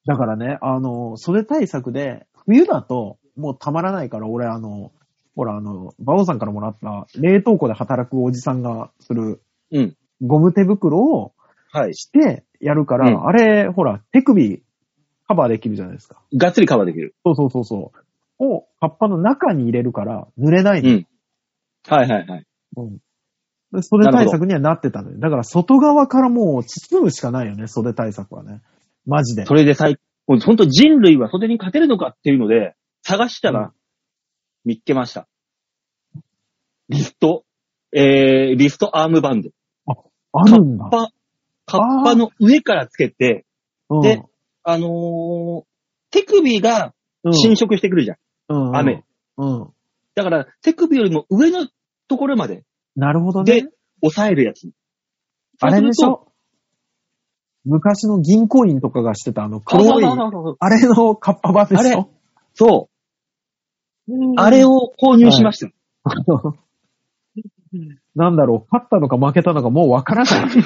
[SPEAKER 3] だからね、あの、袖対策で、冬だと、もうたまらないから、俺、あの、ほら、あの、バオさんからもらった、冷凍庫で働くおじさんがする、
[SPEAKER 2] うん。
[SPEAKER 3] ゴム手袋を
[SPEAKER 2] はい。
[SPEAKER 3] してやるから、
[SPEAKER 2] うん
[SPEAKER 3] あれ、ほら、手首カバーできるじゃないですか。
[SPEAKER 2] がっつりカバーできる。
[SPEAKER 3] そうそうそうそう。を、葉っぱの中に入れるから、濡れないの。
[SPEAKER 2] はいはいはい。
[SPEAKER 3] うん。で袖対策にはなってたのよ。だから、外側からもう包むしかないよね、袖対策はね。マジで。
[SPEAKER 2] それで最、もう本当人類は袖に勝てるのかっていうので、探した
[SPEAKER 3] うん
[SPEAKER 2] ら、見っけました。リスト、えー、リストアームバンド。
[SPEAKER 3] あるんだ
[SPEAKER 2] カッ。パ、カッパの上からつけて、
[SPEAKER 3] うん
[SPEAKER 2] で、あのー手首が
[SPEAKER 3] うん
[SPEAKER 2] 侵食してくるじゃん。
[SPEAKER 3] うんうん
[SPEAKER 2] 雨。
[SPEAKER 3] うん。
[SPEAKER 2] だから、手首よりも上のところまで、
[SPEAKER 3] なるほどね
[SPEAKER 2] で。、抑えるやつ。
[SPEAKER 3] あれでし
[SPEAKER 2] そう
[SPEAKER 3] ょ昔の銀行員とかがしてたあ
[SPEAKER 2] す
[SPEAKER 3] の
[SPEAKER 2] ると
[SPEAKER 3] 黒い、
[SPEAKER 2] そうそうそうそう
[SPEAKER 3] あれのカッパ版でしょ
[SPEAKER 2] そう。あれを購入しました。
[SPEAKER 3] なんだろう、勝ったのか負けたのかもうわからない。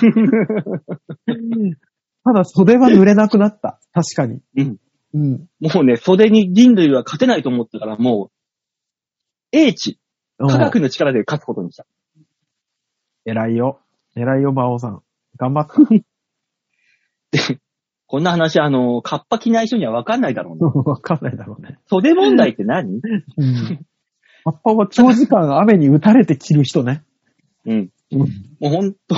[SPEAKER 3] ただ袖は濡れなくなった。確かに。
[SPEAKER 2] うん。
[SPEAKER 3] うん。
[SPEAKER 2] もうね、袖に人類は勝てないと思ったから、もう、英知、科学の力で勝つことにした。
[SPEAKER 3] 偉いよ。偉いよ、馬王さん。頑張った。
[SPEAKER 2] こんな話、あの、カッパ着ない人には分かんないだろうね。
[SPEAKER 3] わかんないだろうね。
[SPEAKER 2] 袖問題って何
[SPEAKER 3] うん。葉っぱは長時間雨に打たれて着る人ね。
[SPEAKER 2] うん。
[SPEAKER 3] うん
[SPEAKER 2] もうほんと、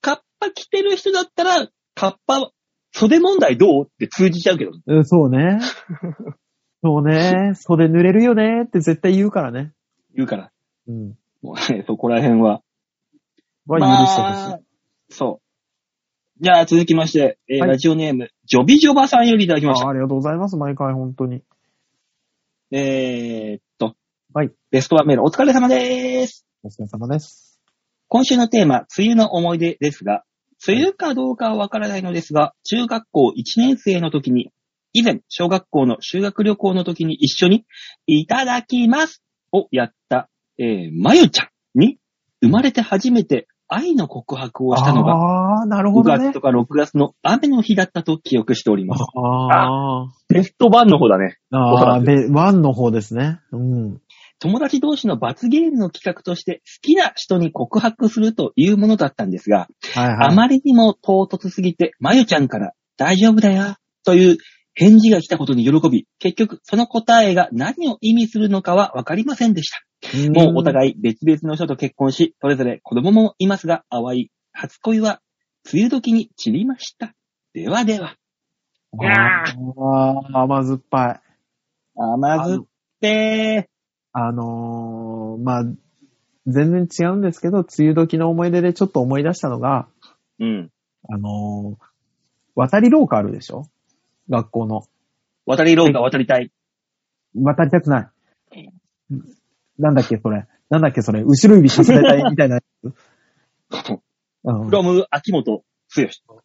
[SPEAKER 2] カッパ着てる人だったら、カッパ、袖問題どうって通じちゃうけど。
[SPEAKER 3] うん、そうね。そうね。袖濡れるよねって絶対言うからね。
[SPEAKER 2] 言うから。
[SPEAKER 3] うん。
[SPEAKER 2] もうね、そこら辺は。
[SPEAKER 3] は許してほしい。
[SPEAKER 2] まあそう。じゃあ続きまして、えー
[SPEAKER 3] はい
[SPEAKER 2] ラジオネーム、ジョビジョバさんよりいただきまし
[SPEAKER 3] あ
[SPEAKER 2] た。
[SPEAKER 3] ありがとうございます、毎回本当に。
[SPEAKER 2] えーっと。
[SPEAKER 3] はい。
[SPEAKER 2] ベストワンメールお疲れ様でーす。
[SPEAKER 3] お疲れ様です。
[SPEAKER 2] 今週のテーマ、梅雨の思い出ですが、梅雨かどうかはわからないのですが、中学校1年生の時に、以前、小学校の修学旅行の時に一緒に、いただきますをやった、えー、まゆちゃんに、生まれて初めて愛の告白をしたのが、
[SPEAKER 3] ああ、なるほ
[SPEAKER 2] 5
[SPEAKER 3] ど
[SPEAKER 2] 月
[SPEAKER 3] ね
[SPEAKER 2] と。か6月の雨の日だったと記憶しております。
[SPEAKER 3] あー
[SPEAKER 2] ベスト版の方だね。
[SPEAKER 3] あー、で、ワンの方ですね。うん。
[SPEAKER 2] 友達同士の罰ゲームの企画として好きな人に告白するというものだったんですが、
[SPEAKER 3] はい
[SPEAKER 2] あ
[SPEAKER 3] はい。
[SPEAKER 2] まりにも唐突すぎて、まゆちゃんから大丈夫だよという返事が来たことに喜び、結局その答えが何を意味するのかはわかりませんでした。もうお
[SPEAKER 3] い。
[SPEAKER 2] 互い別々の人と結婚し、それぞれ子供もいますが、淡い初恋は梅雨時に散りました。ではでは、
[SPEAKER 3] あー甘酸っぱい。
[SPEAKER 2] 甘酸っぺ
[SPEAKER 3] あのー、まあ、全然違うんですけど、梅雨時の思い出でちょっと思い出したのが、
[SPEAKER 2] ー。うん。
[SPEAKER 3] あのー、渡り廊下あるでしょ学校の。
[SPEAKER 2] 渡り廊下渡りたい。
[SPEAKER 3] 渡りたくない。なんだっけ、それ。なんだっけ、それ。後ろ指さされたいみたいな。うん
[SPEAKER 2] フロム秋元剛。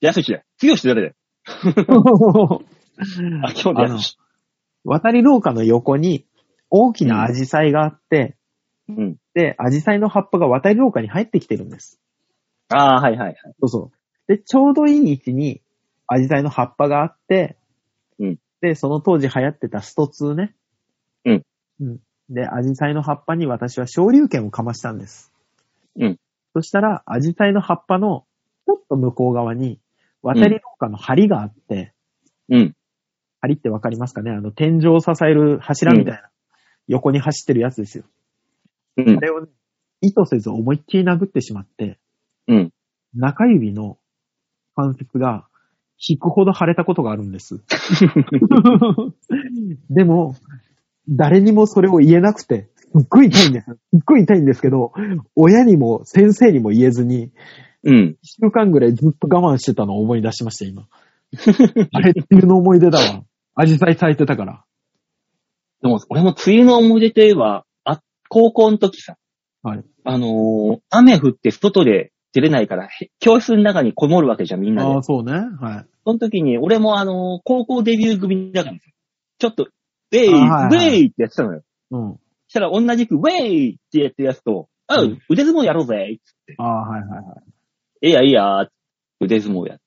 [SPEAKER 2] 安吉だよ。剛って誰だよ。秋元
[SPEAKER 3] あの
[SPEAKER 2] 康し。
[SPEAKER 3] 渡り廊下の横に大きなアジサイがあって、
[SPEAKER 2] うん。
[SPEAKER 3] で、アジサイの葉っぱが渡り廊下に入ってきてるんです。
[SPEAKER 2] ああ、はいはいはい。
[SPEAKER 3] そうそう。で、ちょうどいい位置にアジサイの葉っぱがあって、
[SPEAKER 2] うん
[SPEAKER 3] で、その当時流行ってたスト2ね。
[SPEAKER 2] うん。
[SPEAKER 3] うん。で、アジサイの葉っぱに私は昇竜拳をかましたんです。
[SPEAKER 2] うん。
[SPEAKER 3] そしたら、アジサイの葉っぱのちょっと向こう側に渡り廊下の梁があって、
[SPEAKER 2] うん。
[SPEAKER 3] 梁ってわかりますかねあの、天井を支える柱みたいな、横に走ってるやつですよ。
[SPEAKER 2] うん
[SPEAKER 3] あ。れをね、意図せず思いっきり殴ってしまって、
[SPEAKER 2] うん。
[SPEAKER 3] 中指の関節が引くほど腫れたことがあるんです。でも、誰にもそれを言えなくて、すっごい痛いんです。すっごい痛いんですけど、親にも先生にも言えずに、
[SPEAKER 2] うん。
[SPEAKER 3] 一週間ぐらいずっと我慢してたのを思い出しました、今。あれっていうの思い出だわ。アジサイ咲いてたから。
[SPEAKER 2] でも、俺も梅雨の思い出といえば、あ、高校の時さ。
[SPEAKER 3] はい。
[SPEAKER 2] あのー雨降って外で出れないから、へ教室の中にこもるわけじゃん、みんな
[SPEAKER 3] あ
[SPEAKER 2] で
[SPEAKER 3] あ、。そうね。はい。
[SPEAKER 2] その時に、俺もあのー高校デビュー組だからさ、ちょっと、ウェイ、
[SPEAKER 3] あはいはい
[SPEAKER 2] ウェイってやってたのよ。
[SPEAKER 3] うん。
[SPEAKER 2] そしたら同じく、ウェイってやってるやつと、あ、
[SPEAKER 3] うん
[SPEAKER 2] 腕相撲やろうぜ。
[SPEAKER 3] ああ、はいはいは
[SPEAKER 2] ええや、ええや、腕相撲や。
[SPEAKER 3] い。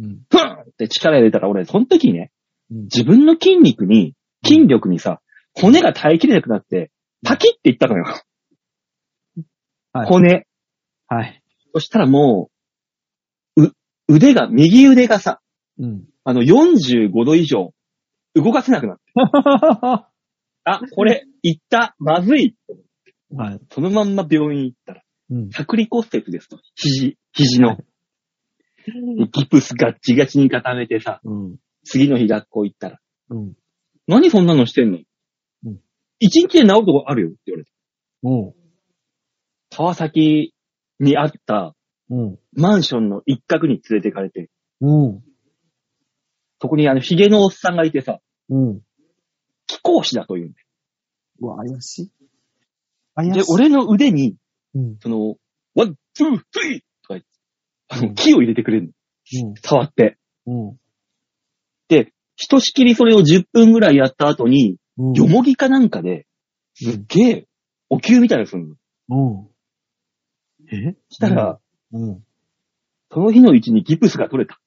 [SPEAKER 3] うん。
[SPEAKER 2] ふんって力入れたら、俺、その時ね、
[SPEAKER 3] うん
[SPEAKER 2] 自分の筋肉に、筋力にさ、骨が耐えきれなくなって、パキっていったのよ。
[SPEAKER 3] はい
[SPEAKER 2] 骨。
[SPEAKER 3] はい。
[SPEAKER 2] そしたらもう、う、腕が、右腕がさ、
[SPEAKER 3] うん。
[SPEAKER 2] あの、45度以上、動かせなくなって。
[SPEAKER 3] は
[SPEAKER 2] あ、これ、いった、まずい。
[SPEAKER 3] い。
[SPEAKER 2] そのまんま病院行ったら、
[SPEAKER 3] うん。
[SPEAKER 2] 剥離骨折ですと。肘、肘の。
[SPEAKER 3] はい
[SPEAKER 2] でギプスガッチガチに固めてさ、
[SPEAKER 3] うん。
[SPEAKER 2] 次の日学校行ったら、
[SPEAKER 3] うん。
[SPEAKER 2] 何そんなのしてんの
[SPEAKER 3] うん
[SPEAKER 2] 一日で治るとこあるよって言われて。
[SPEAKER 3] おう。
[SPEAKER 2] 川崎にあった
[SPEAKER 3] うん。
[SPEAKER 2] マンションの一角に連れてかれて、
[SPEAKER 3] うん。
[SPEAKER 2] そこにあの、ヒゲのおっさんがいてさ、
[SPEAKER 3] うん。
[SPEAKER 2] 気候師だというん
[SPEAKER 3] うわ、怪しい。怪
[SPEAKER 2] だ
[SPEAKER 3] しい。
[SPEAKER 2] よで、、俺の腕に、
[SPEAKER 3] うん。
[SPEAKER 2] その、ワン、ツー、スリーとか言って、あ
[SPEAKER 3] う
[SPEAKER 2] の、
[SPEAKER 3] ん
[SPEAKER 2] 木を入れてくれるの。触って。
[SPEAKER 3] うん。うん。
[SPEAKER 2] ひとしきりそれを10分ぐらいやった後に、
[SPEAKER 3] うん
[SPEAKER 2] よもぎかなんかで、すっげえ、お給みたいなのすんの。
[SPEAKER 3] うん。え
[SPEAKER 2] したら、
[SPEAKER 3] うん。
[SPEAKER 2] その日のうちにギプスが取れた。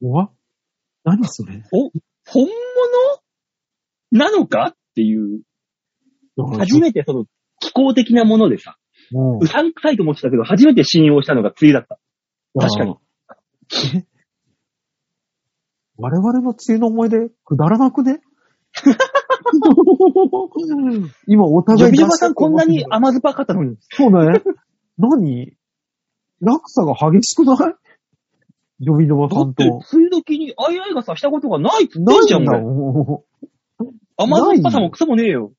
[SPEAKER 3] 怖っ何それ
[SPEAKER 2] 本物なのかっていう、初めてその、気候的なものでさ、
[SPEAKER 3] うん
[SPEAKER 2] うさんくさいと思ってたけど、初めて信用したのが梅雨だった。確かに。
[SPEAKER 3] 我々の梅雨の思い出、くだらなく ね今、お
[SPEAKER 2] ジョ
[SPEAKER 3] 互い
[SPEAKER 2] ビ
[SPEAKER 3] 出
[SPEAKER 2] ジ
[SPEAKER 3] して
[SPEAKER 2] ョバさんこんなに甘酸っぱかったのに。
[SPEAKER 3] そうね。何落差が激しくない ジョビノバ
[SPEAKER 2] だ
[SPEAKER 3] さ
[SPEAKER 2] っ
[SPEAKER 3] ん
[SPEAKER 2] て、梅
[SPEAKER 3] と。
[SPEAKER 2] 雨時にあいあいがさ、したことがないって言って
[SPEAKER 3] なん
[SPEAKER 2] じゃん、
[SPEAKER 3] だ
[SPEAKER 2] 俺。
[SPEAKER 3] ろ
[SPEAKER 2] 甘酸っぱさもクソもねえよ。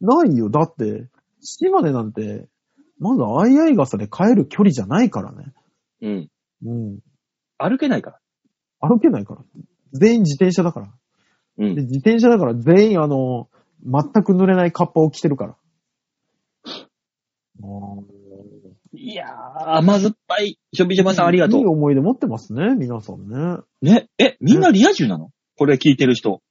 [SPEAKER 3] うないよ。だって、島根なんて、まだアイアイ傘で帰る距離じゃないからね。
[SPEAKER 2] うん。
[SPEAKER 3] うん。
[SPEAKER 2] 歩けないから。
[SPEAKER 3] 歩けないから。全員自転車だから。
[SPEAKER 2] う
[SPEAKER 3] で
[SPEAKER 2] ん。
[SPEAKER 3] 自転車だから全員あの、全く濡れないカッパを着てるから。
[SPEAKER 2] いやー、甘酸っぱい。ジョビジョバさんありがと。
[SPEAKER 3] いいう思い出持ってますね、皆さんね。
[SPEAKER 2] ね、え、みんなリア充なのこれ聞いてる人。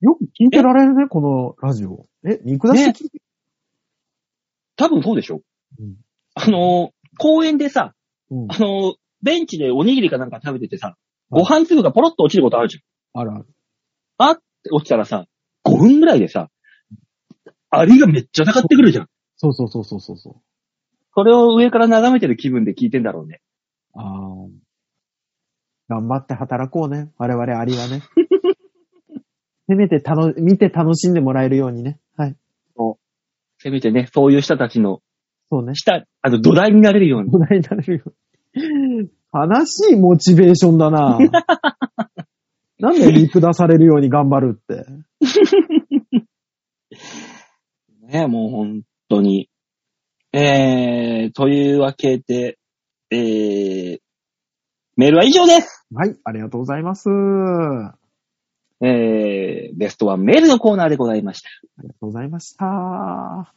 [SPEAKER 3] よく聞いてられるね、このラジオ。え、肉出して聞いて、
[SPEAKER 2] 多分そうでしょ
[SPEAKER 3] うん
[SPEAKER 2] あのー、公園でさ、
[SPEAKER 3] うん。
[SPEAKER 2] あのー、ベンチでおにぎりかなんか食べててさ、
[SPEAKER 3] はい
[SPEAKER 2] ご飯粒がポロッと落ちることあるじゃん。
[SPEAKER 3] あら、
[SPEAKER 2] 落ちたらさ、5分ぐらいでさ、アリがめっちゃたかってくるじゃん。
[SPEAKER 3] そうそうそうそうそうそう。
[SPEAKER 2] それを上から眺めてる気分で聞いてんだろうね。
[SPEAKER 3] ああ。頑張って働こうね。我々アリは ね。せめて楽、見て楽しんでもらえるようにね。はい。
[SPEAKER 2] せめてね、そういう人たちの、
[SPEAKER 3] そうね。
[SPEAKER 2] した、あの、土台になれるように。
[SPEAKER 3] 問題になるよ。悲しいモチベーションだ ななんで見下されるように頑張るって。
[SPEAKER 2] ね、もう本当に。えー、というわけで、えー、メールは以上です
[SPEAKER 3] はい、ありがとうございます。あ
[SPEAKER 2] えー、ベストはメールのコーナーでございました。
[SPEAKER 3] りがとうございました。は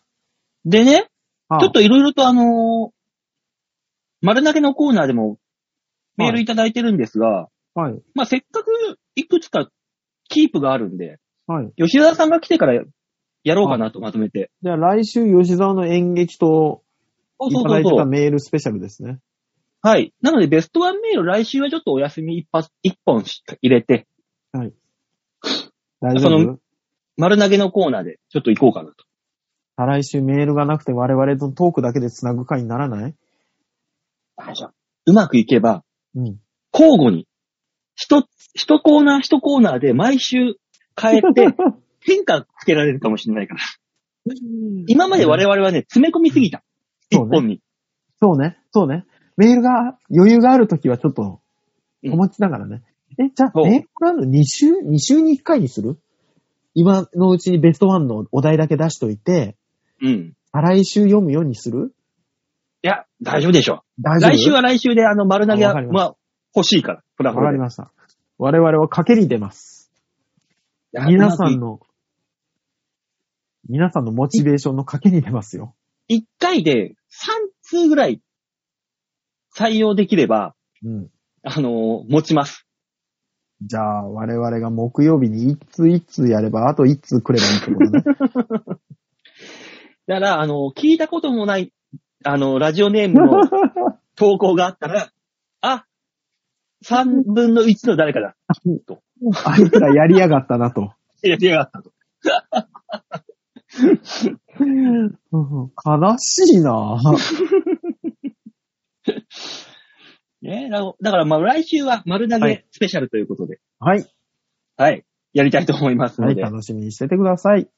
[SPEAKER 2] でね、
[SPEAKER 3] あ
[SPEAKER 2] ちょっといろいろとあのー丸投げのコーナーでもメールいただいてるんですが、
[SPEAKER 3] はい、
[SPEAKER 2] まあ、せっかくいくつかキープがあるんで、
[SPEAKER 3] はい。
[SPEAKER 2] 吉田さんが来てからやろうかなとまとめて。
[SPEAKER 3] じゃあ来週吉沢の演劇と
[SPEAKER 2] そう
[SPEAKER 3] い
[SPEAKER 2] そうそ
[SPEAKER 3] ただ
[SPEAKER 2] う
[SPEAKER 3] いて
[SPEAKER 2] そ
[SPEAKER 3] た
[SPEAKER 2] う。
[SPEAKER 3] メールスペシャルですね。
[SPEAKER 2] はい。なので、ベストワンメール来週はちょっとお休み一発、一本しか入れて、
[SPEAKER 3] 大丈
[SPEAKER 2] そ
[SPEAKER 3] 夫
[SPEAKER 2] の丸投げのコーナーでちょっと行こうかなと。
[SPEAKER 3] 再来週メールがなくて我々のトークだけで繋ぐ会にならない
[SPEAKER 2] いうまくいけば、
[SPEAKER 3] うん。
[SPEAKER 2] 交互に、一、一コーナー一コーナーで毎週変え て変化つけられるかもしれないから。今まで我々はね、詰め込みすぎた。一
[SPEAKER 3] そうね
[SPEAKER 2] 本に。
[SPEAKER 3] そうね、そうね。メールが余裕があるときはちょっと、
[SPEAKER 2] うん
[SPEAKER 3] お持ちだからね。え、じゃあ、
[SPEAKER 2] そう
[SPEAKER 3] メールがあるの2週、2週に1回にする今のうちにベストワンのお題だけ出しといて、
[SPEAKER 2] うん。
[SPEAKER 3] 再来週読むようにする
[SPEAKER 2] いや、大丈夫でしょう。
[SPEAKER 3] 大丈夫
[SPEAKER 2] 来週は来週で、あの、丸投げ
[SPEAKER 3] あわか
[SPEAKER 2] は、
[SPEAKER 3] りま
[SPEAKER 2] まあ、欲しいから。ほらほ
[SPEAKER 3] わからり。ました。我々は賭けに出ます。
[SPEAKER 2] いや
[SPEAKER 3] 皆さ。
[SPEAKER 2] うんまく
[SPEAKER 3] の、皆さんのモチベーションの賭けに出ますよ。
[SPEAKER 2] 一回で3通ぐらい採用できれば、
[SPEAKER 3] うん。
[SPEAKER 2] あのー持ちます。
[SPEAKER 3] じゃあ、我々が木曜日に1通1通やれば、あと1通くればいいってことね。
[SPEAKER 2] だから、あのー聞いたこともない、あのーラジオネームの投稿があったら、あ、3分の1の誰かだ。
[SPEAKER 3] あいつらやりやがったなと。
[SPEAKER 2] いや、違かったと。
[SPEAKER 3] うん悲しいなぁ。
[SPEAKER 2] ねだだから、まあ、来週は丸投
[SPEAKER 3] は
[SPEAKER 2] げ
[SPEAKER 3] い
[SPEAKER 2] スペシャルということで、
[SPEAKER 3] はい。
[SPEAKER 2] はい、やりたいと思います
[SPEAKER 3] は
[SPEAKER 2] の
[SPEAKER 3] い、
[SPEAKER 2] で、はい、
[SPEAKER 3] 楽しみにしててください。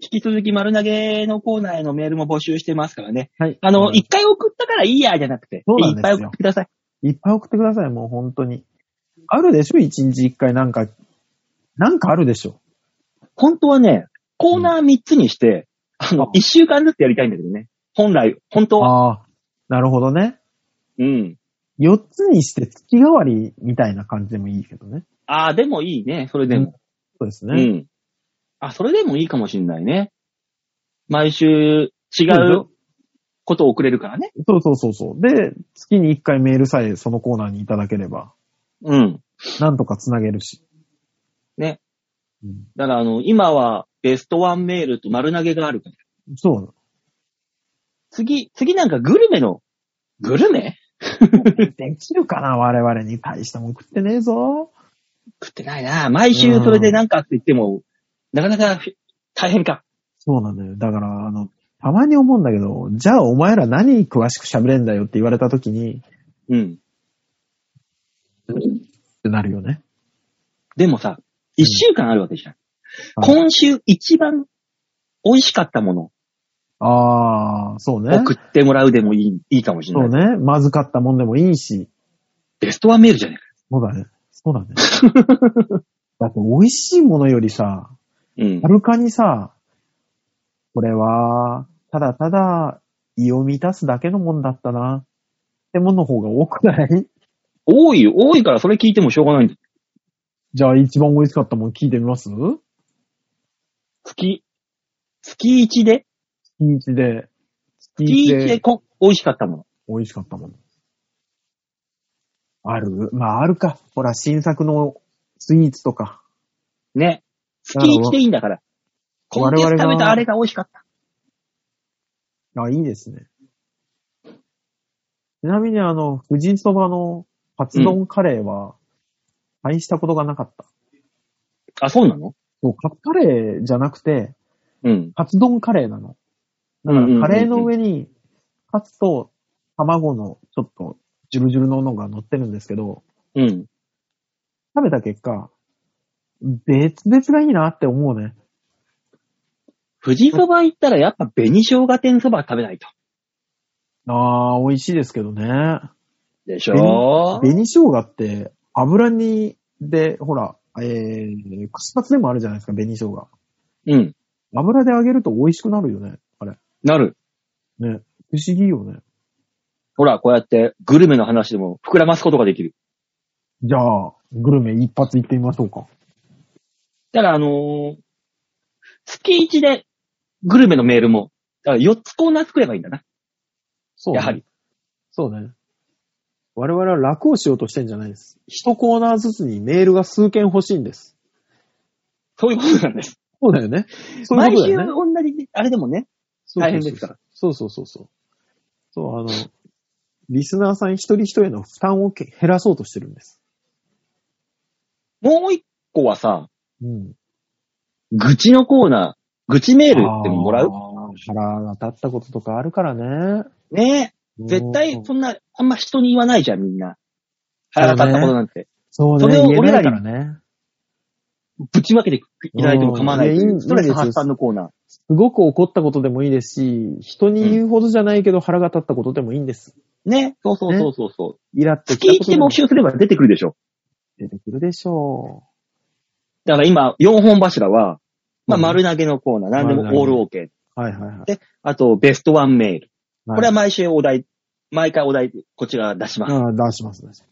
[SPEAKER 2] 引き続き丸投げのコーナーへのメールも募集してますからね。
[SPEAKER 3] はい
[SPEAKER 2] あの、
[SPEAKER 3] い
[SPEAKER 2] 一回送ったからいいや、じゃなくて。
[SPEAKER 3] そうなん
[SPEAKER 2] いっ
[SPEAKER 3] です
[SPEAKER 2] ぱい送
[SPEAKER 3] よ
[SPEAKER 2] ってください。
[SPEAKER 3] いっぱい送ってください、もう本当に。あるでしょ一日一回なんか、なんかあるでしょ
[SPEAKER 2] 本当はね、コーナー3つにして、あ
[SPEAKER 3] あ
[SPEAKER 2] の、1週間ずつやりたいんだけどね。本来、本当は。
[SPEAKER 3] ああ、なるほどね。
[SPEAKER 2] うん。
[SPEAKER 3] 四つにして月替わりみたいな感じでもいいけどね。
[SPEAKER 2] ああ、でもいいね。それでも。
[SPEAKER 3] そうです
[SPEAKER 2] う
[SPEAKER 3] ね。
[SPEAKER 2] ん。あ、それでもいいかもしれないね。毎週違うことを送れるからね。
[SPEAKER 3] そうそうそうそう。で、月に一回メールさえそのコーナーにいただければ、
[SPEAKER 2] うん。
[SPEAKER 3] なんとかつなげるし。
[SPEAKER 2] ね。
[SPEAKER 3] うん
[SPEAKER 2] だから、あの、今はベストワンメールと丸投げがあるから。
[SPEAKER 3] そう。
[SPEAKER 2] 次、次なんかグルメの、グルメ
[SPEAKER 3] できるかな我々に大したもん食ってねえぞ。
[SPEAKER 2] 食ってないな毎週それでなんかって言っても、なかなか大変か。
[SPEAKER 3] そうなんだよ。だから、あの、たまに思うんだけど、じゃあお前ら何詳しく喋れんだよって言われた時に、っ
[SPEAKER 2] うん。
[SPEAKER 3] てなるよね。
[SPEAKER 2] でもさ、一週間あるわけじゃん。
[SPEAKER 3] はい
[SPEAKER 2] 今週一番美味しかったもの
[SPEAKER 3] ああ、そう
[SPEAKER 2] を
[SPEAKER 3] ね。
[SPEAKER 2] 送ってもらうでもいいいいかもしれ
[SPEAKER 3] そ
[SPEAKER 2] な
[SPEAKER 3] う
[SPEAKER 2] い。
[SPEAKER 3] ね。まずかったもんでもいいし。
[SPEAKER 2] ベストワンメールじゃねえか。
[SPEAKER 3] そうだね。そ うだね。だって美味しいものよりさ、
[SPEAKER 2] うん
[SPEAKER 3] は。るかにさ、これは、ただただ胃を満たすだけのもんだったな。ってものの方が多くない
[SPEAKER 2] 多いよ、多いからそれ聞いてもしょうがないんだよ。
[SPEAKER 3] じゃあ一番美味しかったもん聞いてみます
[SPEAKER 2] 月、月一で、
[SPEAKER 3] 月一で。
[SPEAKER 2] 月
[SPEAKER 3] 月
[SPEAKER 2] 一
[SPEAKER 3] 一
[SPEAKER 2] で
[SPEAKER 3] で
[SPEAKER 2] こ美味しかったもの。
[SPEAKER 3] 美味しかったもの。あるまああるか。ほら、新作のスイーツとか。
[SPEAKER 2] ね。
[SPEAKER 3] なる
[SPEAKER 2] 月
[SPEAKER 3] ほど
[SPEAKER 2] 一でいいんだから。今
[SPEAKER 3] 我
[SPEAKER 2] 月
[SPEAKER 3] 々が
[SPEAKER 2] 食べたあれが美味しかった。
[SPEAKER 3] あ、いいですね。ちなみにあの、富士そばのカツ丼カレーは、愛したことがなかった。
[SPEAKER 2] あ、そうなの
[SPEAKER 3] そう、カツカレーじゃなくて、
[SPEAKER 2] うん。
[SPEAKER 3] カツ丼カレーなの。だ
[SPEAKER 2] うんうんうんうん
[SPEAKER 3] から、カレーの上に、カツと卵のちょっと、ジュルジュルののが乗ってるんですけど、
[SPEAKER 2] うん。
[SPEAKER 3] 食べた結果、別々がいいなって思うね。
[SPEAKER 2] 富士蕎麦行ったらやっぱ紅生姜天蕎麦食べないと。
[SPEAKER 3] あー、美味しいですけどね。
[SPEAKER 2] でしょ
[SPEAKER 3] 紅生姜って、油に、で、ほら、えー、串カツでもあるじゃないですか、紅生姜。
[SPEAKER 2] うん。
[SPEAKER 3] 油で揚げると美味しくなるよね、あれ。
[SPEAKER 2] なる。
[SPEAKER 3] ね。不思議よね。
[SPEAKER 2] ほら、こうやってグルメの話でも膨らますことができる。
[SPEAKER 3] じゃあ、グルメ一発行ってみましょうか。
[SPEAKER 2] だからあのー月一でグルメのメールも、だから4つコーナー作ればいいんだな。
[SPEAKER 3] そう、
[SPEAKER 2] やはり。。
[SPEAKER 3] そうね。我々は楽をしようとしてんじゃないです。一コーナーずつにメールが数件欲しいんです。
[SPEAKER 2] そういうことなんです。
[SPEAKER 3] そうだよね。そういう
[SPEAKER 2] 毎
[SPEAKER 3] ことだ
[SPEAKER 2] 週
[SPEAKER 3] よね。
[SPEAKER 2] 同じ、あれでもね。
[SPEAKER 3] そうそうそう
[SPEAKER 2] 大変ですから。
[SPEAKER 3] そうそうそうそう。そう、あの、リスナーさん一人一人の負担をけ減らそうとしてるんです。
[SPEAKER 2] もう一個はさ、
[SPEAKER 3] うん。
[SPEAKER 2] 愚痴のコーナー、愚痴メールでももらう
[SPEAKER 3] あー腹が立ったこととかあるからね。
[SPEAKER 2] ねえ。絶対そんな、あんま人に言わないじゃん、みんな。腹が立ったことなんて。
[SPEAKER 3] そうね。
[SPEAKER 2] それを
[SPEAKER 3] 言え
[SPEAKER 2] 俺ら
[SPEAKER 3] ない
[SPEAKER 2] に
[SPEAKER 3] からね。
[SPEAKER 2] ぶちまけていただいても構わないとい
[SPEAKER 3] うん
[SPEAKER 2] う。ストレス発散のコーナー。
[SPEAKER 3] すごく怒ったことでもいいですし、人に言うほどじゃないけど腹が立ったことでもいいんです。
[SPEAKER 2] ね。そうそうそうそうそう。
[SPEAKER 3] イラっとき
[SPEAKER 2] 月
[SPEAKER 3] たこと
[SPEAKER 2] 1で
[SPEAKER 3] でも
[SPEAKER 2] 募集すれば出てくるでしょ。
[SPEAKER 3] 出てくるでしょ
[SPEAKER 2] だから今、4本柱は、まあ、
[SPEAKER 3] うん
[SPEAKER 2] 丸投げのコーナー、なんで
[SPEAKER 3] 丸投
[SPEAKER 2] もオー
[SPEAKER 3] げ
[SPEAKER 2] ル OK。
[SPEAKER 3] う。はいはいはい。
[SPEAKER 2] あと、ベストワンメール。これは
[SPEAKER 3] は
[SPEAKER 2] 毎週お題、毎回お題、こちら出します。
[SPEAKER 3] ああ、出します、出します。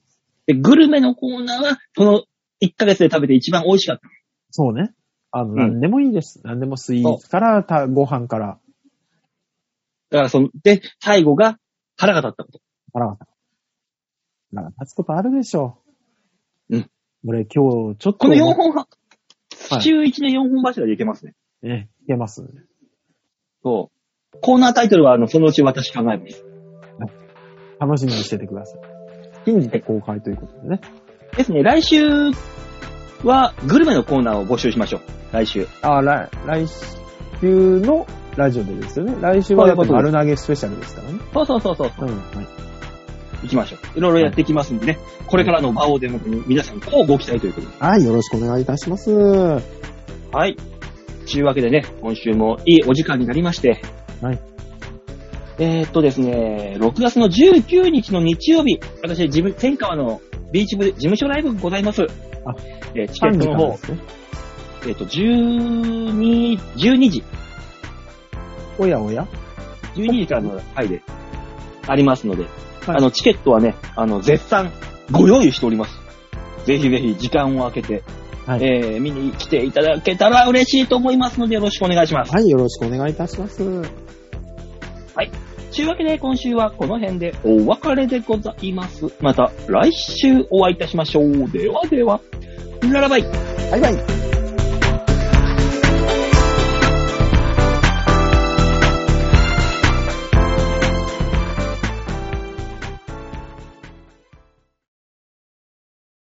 [SPEAKER 2] で、グルメのコーナーは、その1ヶ月で食べて一番美味しかった。
[SPEAKER 3] そうね。あの、
[SPEAKER 2] ん
[SPEAKER 3] 何でもいいです。何でもスイーツから、たご飯から、
[SPEAKER 2] だからその、で、最後が腹が立ったこと。
[SPEAKER 3] 腹が立つ。腹が立つことあるでしょう。
[SPEAKER 2] うん。
[SPEAKER 3] 俺今日、ちょっと。
[SPEAKER 2] この4本は、
[SPEAKER 3] はい
[SPEAKER 2] 週1で4本柱でいけますね。
[SPEAKER 3] ね、いけます。
[SPEAKER 2] そう。コーナータイトルは、あの、そのうち私考えます。
[SPEAKER 3] 楽しみにしててください。近日公開ということでね。
[SPEAKER 2] ですね、来週は、グルメのコーナーを募集しましょう。来週。
[SPEAKER 3] あ、来、来週のラジオでですよね。来週はやっぱり丸投げスペシャルですからね。
[SPEAKER 2] そうそうそうそう。
[SPEAKER 3] うん、はい。
[SPEAKER 2] 行きましょう。いろいろやっていきますんでね、これからの馬王でも皆さん、こうご期待ということで。
[SPEAKER 3] はい、よろしくお願いいたします。は
[SPEAKER 2] はい。というわけでね、今週もいいお時間になりまして。
[SPEAKER 3] はい。
[SPEAKER 2] えー、っとですね、6月の19日の日曜日、私、自分、天川のビーチ部で事務所ライブございます。
[SPEAKER 3] あ
[SPEAKER 2] えーチケットの方、
[SPEAKER 3] すね。
[SPEAKER 2] えーっと、12、12時、
[SPEAKER 3] おやおや。
[SPEAKER 2] 12時からの回でありますので、
[SPEAKER 3] はい
[SPEAKER 2] あの、チケットはね、あの、絶賛ご用意しております。ぜひぜひ時間を空けて、
[SPEAKER 3] はい
[SPEAKER 2] えー見に来ていただけたら嬉しいと思いますのでよろしくお願いします。
[SPEAKER 3] はい、よろしくお願いいたします。
[SPEAKER 2] というわけで今週はこの辺でお別れでございます。また来週お会いいたしましょう。ではでは、ララバイ。バイバイ